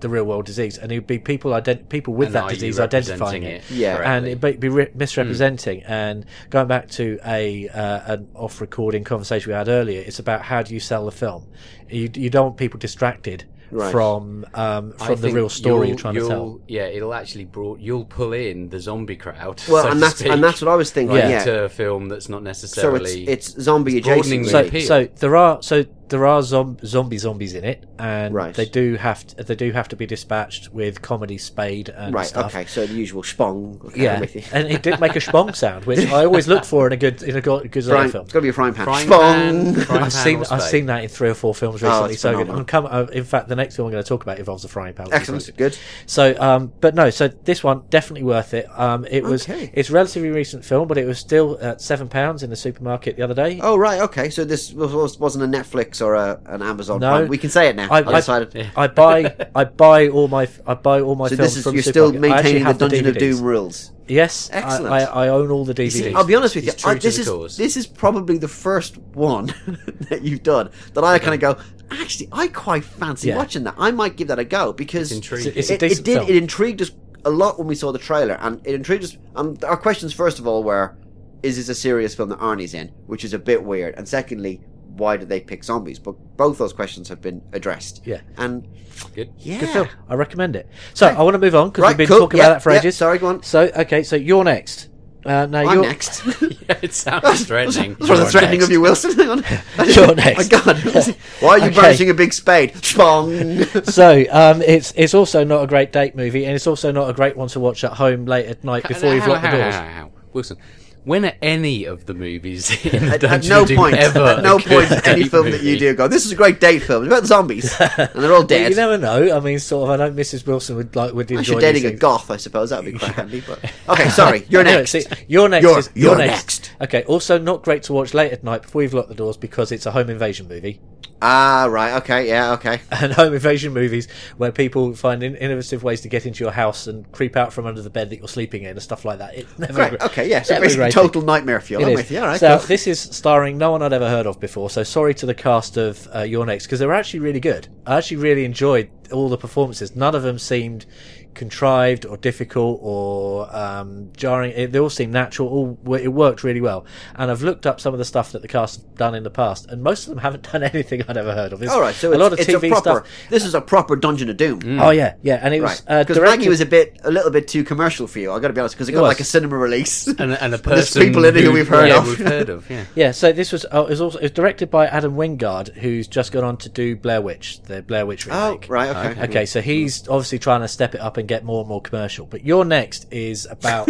the real world disease, and it would be people ident- people with And that are you disease representing identifying it. Yeah. and correctly? it'd be- be Hmm. re- misrepresenting. And going back to a uh, an off-recording conversation we had earlier, it's about how do you sell the film? You you don't want people distracted Right. from um, I from the think real story you're you'll- trying to tell. you'll- Yeah, it'll actually brought you'll pull in the zombie crowd. Well, so to and that's speak, and that's what I was thinking. right, Yeah. to a film that's not So necessarily it's it's zombie broadening adjacent. the so, Really. appeal. so there are so there are zom- zombie zombies in it, and Right. they do have to, they do have to be dispatched with comedy spade and Right. stuff. Okay. So the usual spong. Okay, Yeah, I'm with you. and it did (laughs) make a spong sound, which I always look for in a good in a go- good Frying, zombie film. it's got to be a frying pan. Frying spong. pan, frying I've pan seen or I've spade. seen that in three or four films Oh, it's recently. so good. phenomenal. I'm come, uh, in fact, the next film I'm going to talk about involves the frying pan. which (laughs) is Excellent. really Good. So, um, but no. So this one definitely worth it. Um, it was Okay. it's relatively recent film, but it was still at seven pounds in the supermarket the other day. Oh right. Okay. So this was, wasn't a Netflix Netflix or a, an Amazon No. Prime. We can say it now. I, I- I- decided. (laughs) I buy I buy all my I buy all my so films this is from you're still Supermarket. I actually maintaining the have Dungeon of DVDs. Doom rules. Yes, Excellent. I, I, I own all the DVDs. See, I'll be honest with you. he's true I, to this the is cause. this is probably the first one (laughs) that you've done that I kind of go. Actually, I quite fancy Yeah. watching that. I might give that a go because intriguing. It's a it, it decent did. film. It intrigued us a lot when we saw the trailer, and it intrigued us. Um, our questions, first of all, were: Is this a serious film that Arnie's in, which is a bit weird? And secondly, why did they pick zombies? But both those questions have been addressed. Yeah. and Good. yeah, Good film. I recommend it. So I want to move on because Right, we've been cool. talking Yeah, about that for yeah, ages. sorry, go on. So okay, so you're next. Uh, now I'm you're next. (laughs) yeah, (laughs) it sounds threatening. That's rather You're threatening next. of you, Wilson. Hang on. (laughs) Oh You're next. My God, (laughs) why are you Okay. brandishing a big spade? (laughs) Spong. So um, it's it's also not a great date movie, and it's also not a great one to watch at home late at night before you've locked the doors. Wilson, when are any of the movies (laughs) in the At, at Dungeon no of Doom point, ever at no a point, good any date film that movie? you do go. This is a great date film. It's about (laughs) zombies, and they're all Well, dead. you never know. I mean, sort of. I know Mrs. Wilson would like would enjoy. Unless you're these dating a things. goth, I suppose that'd be quite handy. But okay, (laughs) sorry, you're Anyway, next. see, you're next. You're- is- you're you're next. Okay. Also, not great to watch late at night before you've locked the doors because it's a home invasion movie, (laughs) Ah, right. Okay, yeah, okay. and home invasion movies where people find in- innovative ways to get into your house and creep out from under the bed that you're sleeping in and stuff like that. It's never Great. great. Okay, yeah. So Never basically, great. total nightmare fuel. It I'm is. with you. All right. so cool. this is starring no one I'd ever heard of before. So sorry to the cast of uh, Your Next because they were actually really good. I actually really enjoyed all the performances. None of them seemed contrived or difficult or um, jarring. It, they all seemed natural. All w- it worked really well. And I've looked up some of the stuff that the cast have done in the past, and most of them (laughs) haven't done anything I'd ever heard of. It's All right. So a it's, lot of it's TV a proper. stuff. This is a proper Dungeon of Doom. Oh yeah, yeah, and it Right, was uh, because directed- Maggie was a bit, a little bit too commercial for you. I got to be honest, because it got was. like a cinema release. (laughs) And, and a There's person people in it who we've heard yeah, of. We've heard of. (laughs) Yeah. Yeah, so this was uh, it was also it was directed by Adam Wingard, who's just gone on to do Blair Witch, the Blair Witch oh, remake. right. Okay. Okay, so he's obviously trying to step it up and get more and more commercial. But your next is about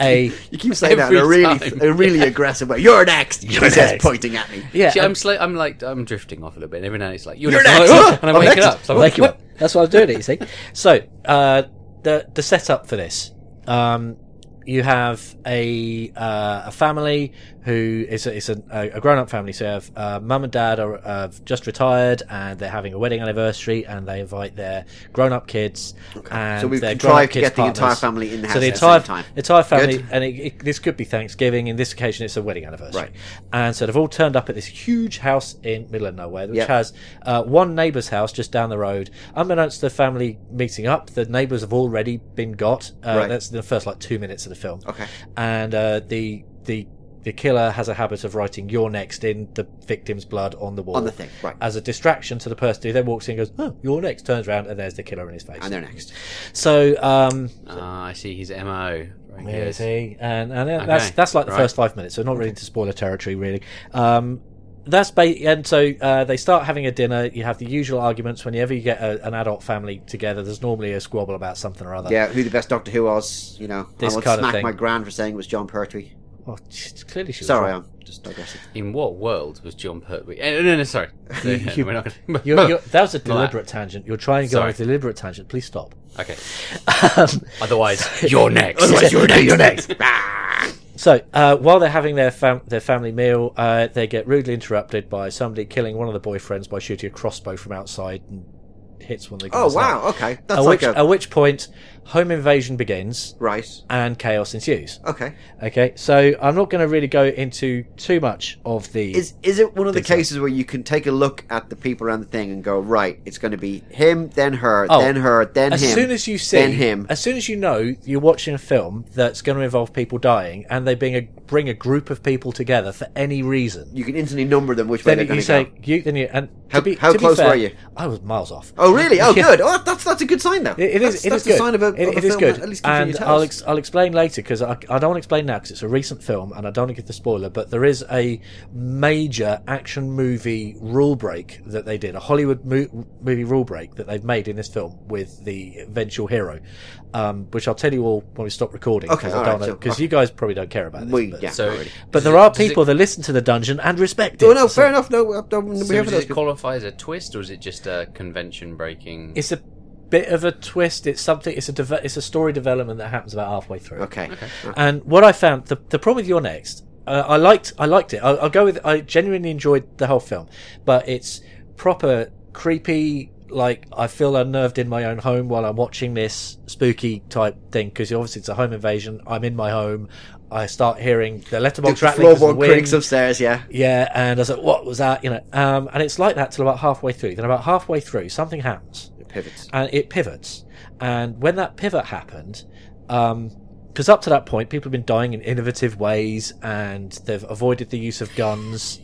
a You keep saying that in a Every really, time. a really aggressive way. You're next. He says, next. pointing at me. yeah. See, a- I'm slow, I'm like I'm drifting off a little bit. Every now and it's like you're, You're next, I'm next! like, "Oh," (laughs) and I'm I'm waking next. up. So I'm Wake like, you what? up. That's why I was doing it. You see. So uh, the the setup for this, um, you have a uh, a family who is a, is a, a grown up family. So you have uh, mum and dad are uh, just retired and they're having a wedding anniversary and they invite their grown up kids. And So we've their grown-up contrived to kids get the entire partners. family in the house So at the the entire same time. the entire family, Good. and it, it, this could be Thanksgiving. In this occasion, it's a wedding anniversary, Right. and so they've all turned up at this huge house in middle of nowhere, which Yep. has uh, one neighbour's house just down the road. Unbeknownst to the family meeting up, the neighbours have already been got. Uh, Right. That's the first like two minutes of the film, Okay. and uh, the the the killer has a habit of writing "You're next" in the victim's blood on the wall On the thing. Right. as a distraction to the person who then walks in and goes, "Oh, you're next." Turns around and there's the killer in his face. And they're next. So. Um, Ah, I see his mo. Very yeah, good. see, and and uh, that's Okay, that's like the right. first five minutes, so not really into spoiler territory, really. Um, that's ba- and so uh, they start having a dinner. You have the usual arguments whenever you get a, an adult family together. There's normally a squabble about something or other. Yeah, who the best Doctor Who was, you know. This I would kind of smack thing. my grand for saying it was John Pertwee. Well, it's Oh, clearly she was Sorry, wrong. I'm just (laughs) digressing. In what world was John Pertwee? eh, no, no, (laughs) sorry. So, yeah, You- we're not gonna- You're, you're, that was a Not that. deliberate tangent. You're trying to go on a Sorry. deliberate tangent. Please stop. (laughs) Um, Okay. Otherwise, (laughs) you're next. Otherwise, you're next. You're (laughs) next. So uh, while they're having their fam- their family meal, uh, they get rudely interrupted by somebody killing one of the boyfriends by shooting a crossbow from outside and hits one of the oh guys. in the wow. Okay. That's at like which, a at which point, home invasion begins right. and chaos ensues. Okay. Okay, so I'm not going to really go into too much of the. Is is it one of the Think so. cases where you can take a look at the people around the thing and go, right, it's going to be him, then her, Oh. then her, then as him, soon as you see, then him. as soon as you know you're watching a film that's going to involve people dying, and they being a, bring a group of people together for any reason, You can instantly number them which way then they're you, going to say go. you. Then you and How- to be, how to be close fair, were you? I was miles off. Oh (laughs) really? Oh Yeah. good. Oh that's that's a good sign though. It- it that's, is. It that's is a good. sign of a, of It- a it is film good. that at least gives you and your I'll toes. ex- I'll explain later because I, I don't want to explain now because it's a recent film and I don't want to give the spoiler. But there is a major action movie rule break that they did, a Hollywood mo- movie rule break that they've made in this film with the eventual hero, um, which I'll tell you all when we stop recording. Okay, all right, because so- okay. you guys probably don't care about this. we, but, yeah, (laughs) So- already. but there are Does it- people that listen to the dungeon and respect it. Oh no, So fair enough. No, um, we're, we're So here for does those. it qualify as a twist, or is it just a convention (laughs) breaking? It's a bit of a twist. It's something. It's a deve- it's a story development that happens about halfway through. Okay. Uh, And what I found the, the problem with your next uh, I liked I liked it. I'll, I'll go with I genuinely enjoyed the whole film, but it's proper creepy. Like I feel unnerved in my own home while I'm watching this spooky type thing because obviously it's a home invasion. I'm in my home. I start hearing the letterbox The rattling. 'cause of the floorboard creaks wind. upstairs, yeah. Yeah, and I was like, "What was that?" You know, um, and it's like that till about halfway through. Then about halfway through, something happens It pivots. and it pivots. And when that pivot happened, because up to that point, people have been dying in innovative ways and they've avoided the use of guns.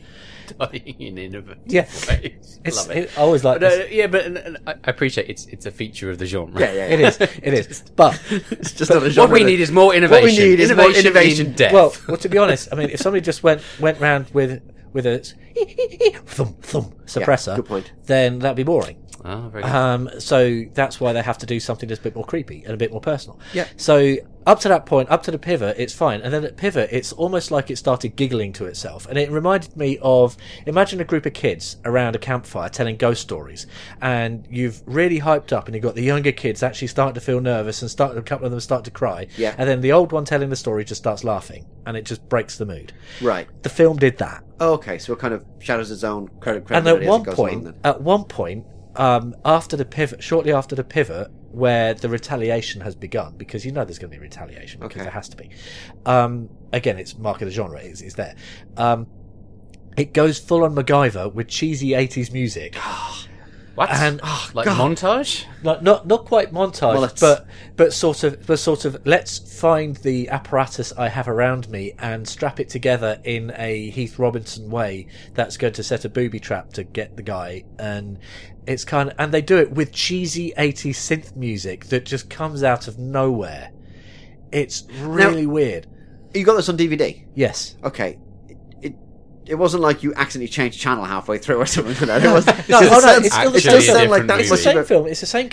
in innovative Yeah. (laughs) ways. It's, Love it. I always like But, uh, this. yeah, but and, and I I appreciate it's it's a feature of the genre. Yeah, yeah. It is. It is. But (laughs) It's just not a What genre. we need is more innovation. What we need is more innovation innovation. in death. well, well, to be honest, I mean, if somebody just went went round with with a s- (laughs) thump thump suppressor, good point. then that'd be boring. Ah, very uh, good. Um, so that's why they have to do something that's a bit more creepy and a bit more personal. Yeah. So up to that point, up to the pivot, it's fine, and then at pivot, it's almost like it started giggling to itself, and it reminded me of imagine a group of kids around a campfire telling ghost stories, and you've really hyped up, and you've got the younger kids actually starting to feel nervous, and start a couple of them start to cry, Yeah. and then the old one telling the story just starts laughing, and it just breaks the mood. Right. Oh, The film did that. Okay, so it kind of shadows its own credit And credibility at as one it goes along point, then. at one point, um, after the pivot, shortly after the pivot, where the retaliation has begun, because you know there's going to be retaliation, because Okay. there has to be. Um, again, it's mark of the genre is is there. Um, it goes full on MacGyver with cheesy '80s music, what? Ah, and Ah. oh, like montage? not not not quite montage, Mullets. but but sort of but sort of let's find the apparatus I have around me and strap it together in a Heath Robinson way that's going to set a booby trap to get the guy and it's kind of and they do it with cheesy 80s synth music that just comes out of nowhere. It's really weird. You got this on DVD. Yes. Okay. It, it, it wasn't like you accidentally changed channel halfway through or something like that. It was, No, it oh no, sounds- it's still the it same does sound film. like that's It's the what you same were- film. It's the same Is-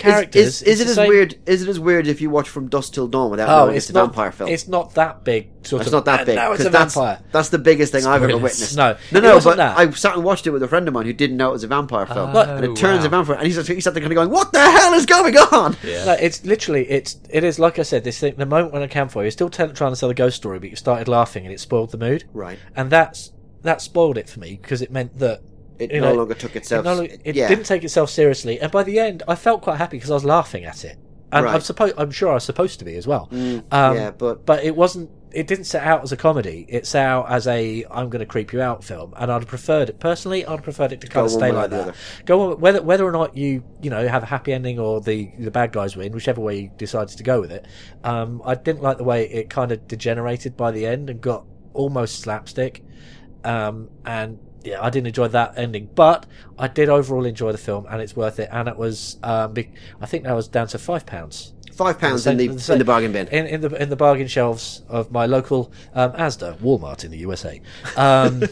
Is, characters. is, It's it the as same- weird? Is it as weird if you watch From Dusk Till Dawn without Oh, knowing it's it's, a not vampire film? It's, It's not that big. Sort of, not that and big. Now it's 'cause a that's, vampire. That's the biggest thing I've ever Spoilers. witnessed. No, no, it no. wasn't But that. I sat and watched it with a friend of mine who didn't know it was a vampire film, Oh, and it turns wow. a vampire, and he's just- he's sat there kind of going, "What the hell is going on?" Yeah. No, it's literally it's it is like I said. This thing, the moment when I came for you, you're still tell, trying to tell the ghost story, but you started laughing and it spoiled the mood. Right. And that's that spoiled it for me because it meant that It You no know, longer took it, itself. no, it yeah. didn't take itself seriously. And by the end, I felt quite happy because I was laughing at it. And Right. I'm supposed I'm sure I was supposed to be as well. Mm, Um, yeah, but but it wasn't. It didn't set out as a comedy. It set out as a "I'm going to creep you out" film, and I'd have preferred it personally. I'd have preferred it to kind Go of one stay way or like the that. other. Go on, whether whether or not you you know have a happy ending or the the bad guys win, whichever way you decides to go with it. Um, I didn't like the way it kind of degenerated by the end and got almost slapstick. Um, and yeah, I didn't enjoy that ending, but I did overall enjoy the film, and it's worth it. And it was, um, be- I think that was down to five pounds five pounds same- in the the same- in the bargain (laughs) bin. in, in the in the bargain shelves of my local um, ASDA, Walmart in the USA. (laughs) Um,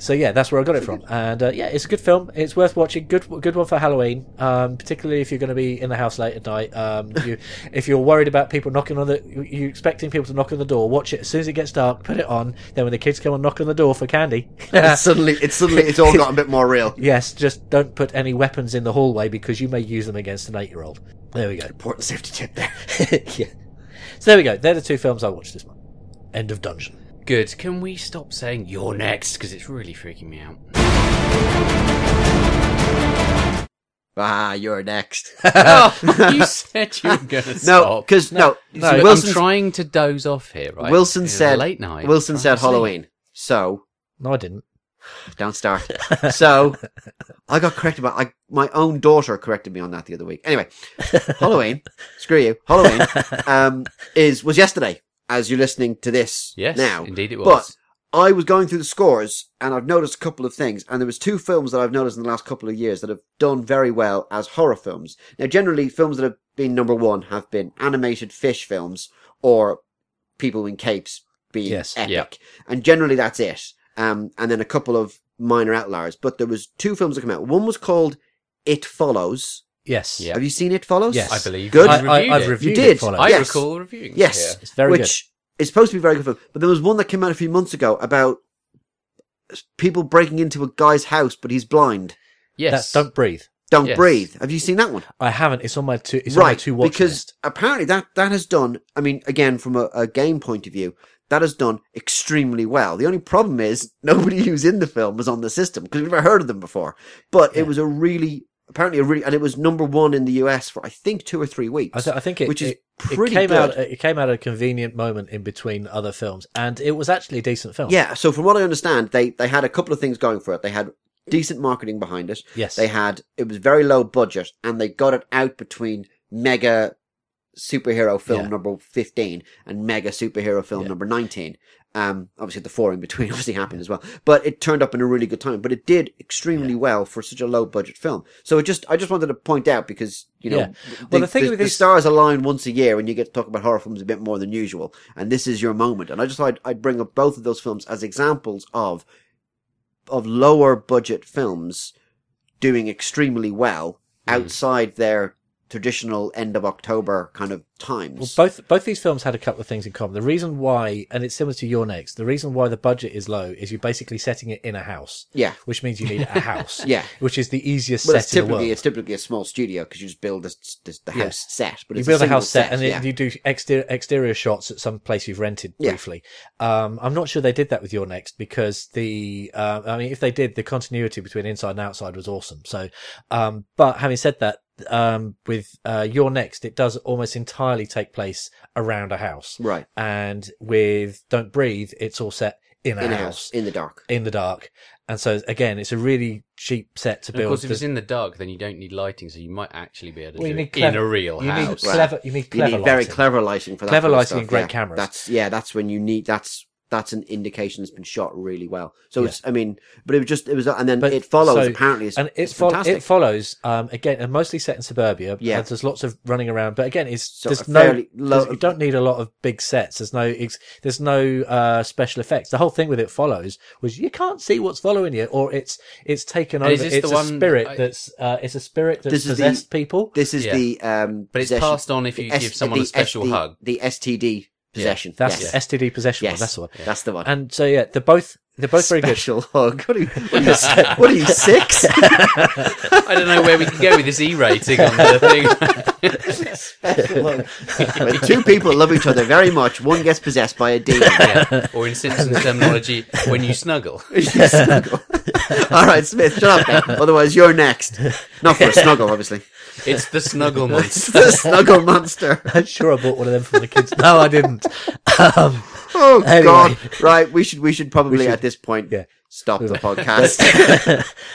so yeah, that's where I got it from, and uh, yeah, it's a good film. It's worth watching. Good good one for Halloween, um, particularly if you're going to be in the house late at night. Um, (laughs) you, if you're worried about people knocking on the, you- you expecting people to knock on the door. Watch it as soon as it gets dark. Put it on. Then when the kids come and knock on the door (laughs) for candy. (laughs) It's suddenly, it's suddenly, it's all gotten a bit more real. Yes, just don't put any weapons in the hallway because you may use them against an eight-year-old. There we go. Important safety tip there. (laughs) yeah. So there we go. They're the two films I watched this month. End of Dungeon. Good. Can we stop saying you're next? Because it's really freaking (laughs) me out. (laughs) Ah, you're next. Oh, you said you were going to (laughs) No, stop. because no, No, see, I'm Wilson's- I'm trying to doze off here, right? Wilson It's said late night. Wilson Trying said to sleep. Halloween. So No, I didn't. don't start. so I got corrected by I, my own daughter corrected me on that the other week. Anyway, Halloween. screw you. Halloween um, is was yesterday as you're listening to this Yes, now. indeed it But- was. I was going through the scores and I've noticed a couple of things and there was two films that I've noticed in the last couple of years that have done very well as horror films. Now generally films that have been number one have been animated fish films or people in capes being Yes. epic. Yeah. And generally that's it. Um, and then a couple of minor outliers, but there was two films that came out. One was called It Follows. Yes. Yeah. Have you seen It Follows? Yes. I believe. Good. you I, I, reviewed I've it. reviewed did. it. Follow. I Yes. recall reviewing. it Yes. here. It's very which is supposed to be a very good film. But there was one that came out a few months ago about people breaking into a guy's house, but he's blind. good. Yes. That, don't breathe. Don't Yes. breathe. Have you seen that one? I haven't. It's on my two. It's on my right, two watch because list. apparently that that has done. I mean, again from a, a game point of view, That has done extremely well. The only problem is nobody (laughs) who's in the film was on the system because we've never heard of them before. But Yeah. it was a really, apparently a really, and it was number one in the US for I think two or three weeks, I, th- I think it, which is it, it pretty came good. out. It came out at a convenient moment in between other films, and it was actually a decent film. Yeah. So from what I understand, they they had a couple of things going for it. They had decent marketing behind it. Yes. They had it was very low budget, and they got it out between mega superhero film Yeah. number fifteen and mega superhero film Yeah. number nineteen. Um, obviously the four in between (laughs) obviously happened as well, but it turned up in a really good time. But it did extremely well for such a low budget film. So it just I just wanted to point out because you know Yeah. Well, the thing with the these- stars align once a year, and you get to talk about horror films a bit more than usual. And this is your moment. And I just thought I'd, I'd bring up both of those films as examples of of lower budget films doing extremely well Hmm. outside their traditional end of October kind of Well, times. both both these films had a couple of things in common. The reason why, and it's similar to your next, the reason why the budget is low is you're basically setting it in a house, yeah, which means you need a house, (laughs) yeah. which is the easiest Well, it's set in the world. typically it's typically a small studio because you just build this, this, the house Yeah. set. But you it's build a, single house set, and then yeah. you do exterior, exterior shots at some place you've rented Yeah. briefly. Um, I'm not sure they did that with your next because the, uh, I mean, if they did, the continuity between inside and outside was awesome. So, um, but having said that, um, with uh, your next, it does almost entirely take place around a house, right and with Don't Breathe, it's all set in a, in a house, house in the dark. in the dark, and so again, it's a really cheap set to And build. of course, if the- it's in the dark, then you don't need lighting, so you might actually be able to Well, you do need it clever- in a real you need house. clever, you need You clever need very lighting. clever lighting for that. Clever kind of lighting stuff, and great yeah. cameras. That's yeah. That's when you need. That's that's an indication it's been shot really well. So it's. I mean, but it was just it was, and then But- it follows. so- apparently, it's, and it, it's fol- fantastic. it follows um, again, and mostly set in suburbia. Yeah. Yeah, there's lots of running around, but again, it's So a there's no. fairly low- there's- you don't need a lot of big sets. There's no. Ex- there's no uh, special effects. The whole thing with it follows was you can't see what's following you, or it's it's taken And over. is It's this a the one- spirit I- that's uh, it's a spirit that's This is the- possessed people. this is Yeah. the um. But it's possession- passed on if the you S- give someone a the special SD hug. The STD possession. that's yes. STD possession. one, Yes. that's the one. That's the one. And so yeah, they're both they're both very good. special hug. What are you? What are you, what are you six? I don't know where we can go with this E rating on the (laughs) thing. when two people love each other very much, one gets possessed by a demon. (laughs) Yeah. Or (laughs) in Simpsons terminology, when you snuggle. Snuggle. All right, Smith, shut up. Now. Otherwise, you're next. Not for a snuggle, obviously. (laughs) It's the snuggle monster. the snuggle monster. I'm sure I bought one of them for the kids. No, I didn't. (laughs) Um, Oh Anyway. God! Right, we should we should probably should- at this point yeah. stop the podcast.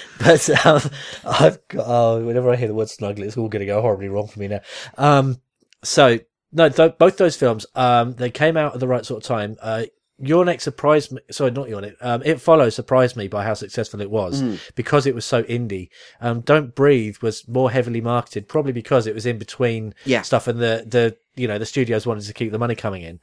(laughs) but (laughs) um, I've got, oh, whenever I hear the word snuggle, it's all going to go horribly wrong for me now. Um, so no, th- both those films, um, they came out at the right sort of time. Uh, your next surprised me. Sorry, not your next. Um, it follows surprised me by how successful it was Mm. because it was so indie. Um, Don't breathe was more heavily marketed, probably because it was in between Yeah. stuff, and the the you know the studios wanted to keep the money coming in.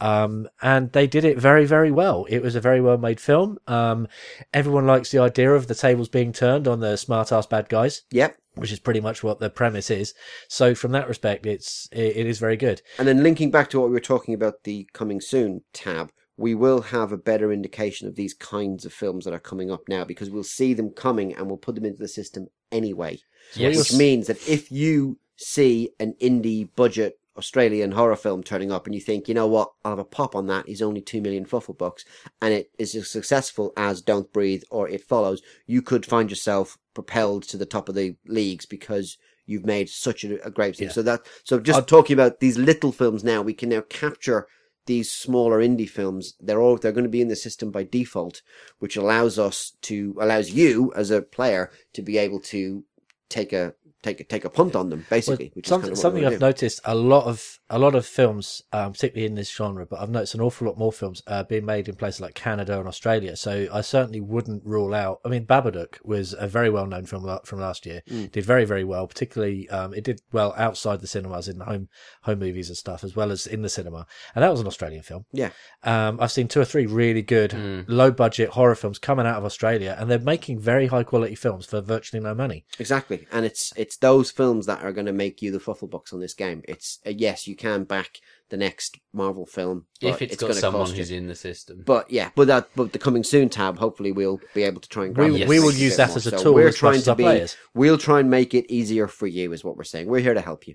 Um, and they did it very, very well. It was a very well made film. Um, everyone likes the idea of the tables being turned on the smart ass bad guys, yep. which is pretty much what the premise is. So from that respect, it's, it, it is very good. And then linking back to what we were talking about the coming soon tab, we will have a better indication of these kinds of films that are coming up now because we'll see them coming and we'll put them into the system anyway. Which Yes. means that if you see an indie budget Australian horror film turning up and you think, you know what, I'll have a pop on that, he's only two million fuffle bucks, and it is as successful as Don't Breathe or It Follows, you could find yourself propelled to the top of the leagues because you've made such a, a great thing. Yeah. So that so just talking about these little films now, we can now capture these smaller indie films. They're all they're going to be in the system by default, which allows us to allows you as a player to be able to take a take a take a punt on them basically. Well, which some- is kind of something what I've we wanna noticed a lot of a lot of films, um, particularly in this genre, but I've noticed an awful lot more films uh, being made in places like Canada and Australia. So I certainly wouldn't rule out. I mean, Babadook was a very well known film la- from last year. Mm. Did very very well, particularly um, it did well outside the cinemas in home home movies and stuff, as well as in the cinema. And that was an Australian film. Yeah. Mm. Um, I've seen two or three really good low budget horror films coming out of Australia, and they're making very high quality films for virtually no money. do. Exactly, and it's it's those films that are going to make you the fuffle bucks on this game. It's uh, yes, you can back the next Marvel film If but it's got gonna someone cost you. who's in the system. But yeah, but that but the coming soon tab, hopefully we'll be able to try and grab We- these we will things a use bit that more. as a So tool We're as much trying as to our be, players. we'll try and make it easier for you, is what we're saying. We're here to help you.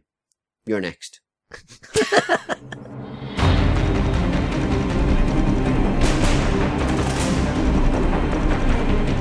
You're next.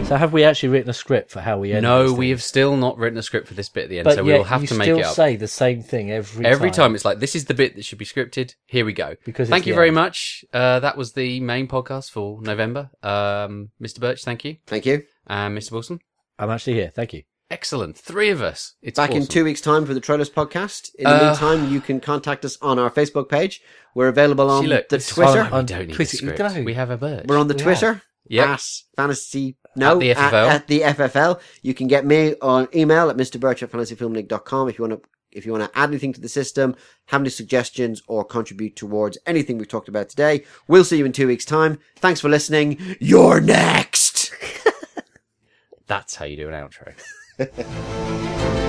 So have we actually written a script for how we end? no, these we have things? still not written a script for this bit at the end, But so yet we'll have you to make still it up. say the same thing every Every time. time it's like, this is the bit that should be scripted. Here we go. Because it's thank you the very end. much. Uh, that was the main podcast for November. Um, Mr. Birch, thank you. Thank you. And Mr. Wilson. I'm actually here. Thank you. Excellent. Three of us. It's Back in awesome. two weeks' time for the Trailers podcast. In the Uh, meantime, you can contact us on our Facebook page. We're available on See, look, the this is Twitter. fine. On we don't need a Twitter, you script. don't. We have a Birch. We're on the We Twitter. Yep. At fantasy no At the at- FFL. At, the FFL. You can get me on email at Mr. Birch at fantasyfilmleague.com if you want to if you want to add anything to the system, have any suggestions or contribute towards anything we've talked about today. We'll see you in two weeks' time. Thanks for listening. You're next. That's how you do an outro.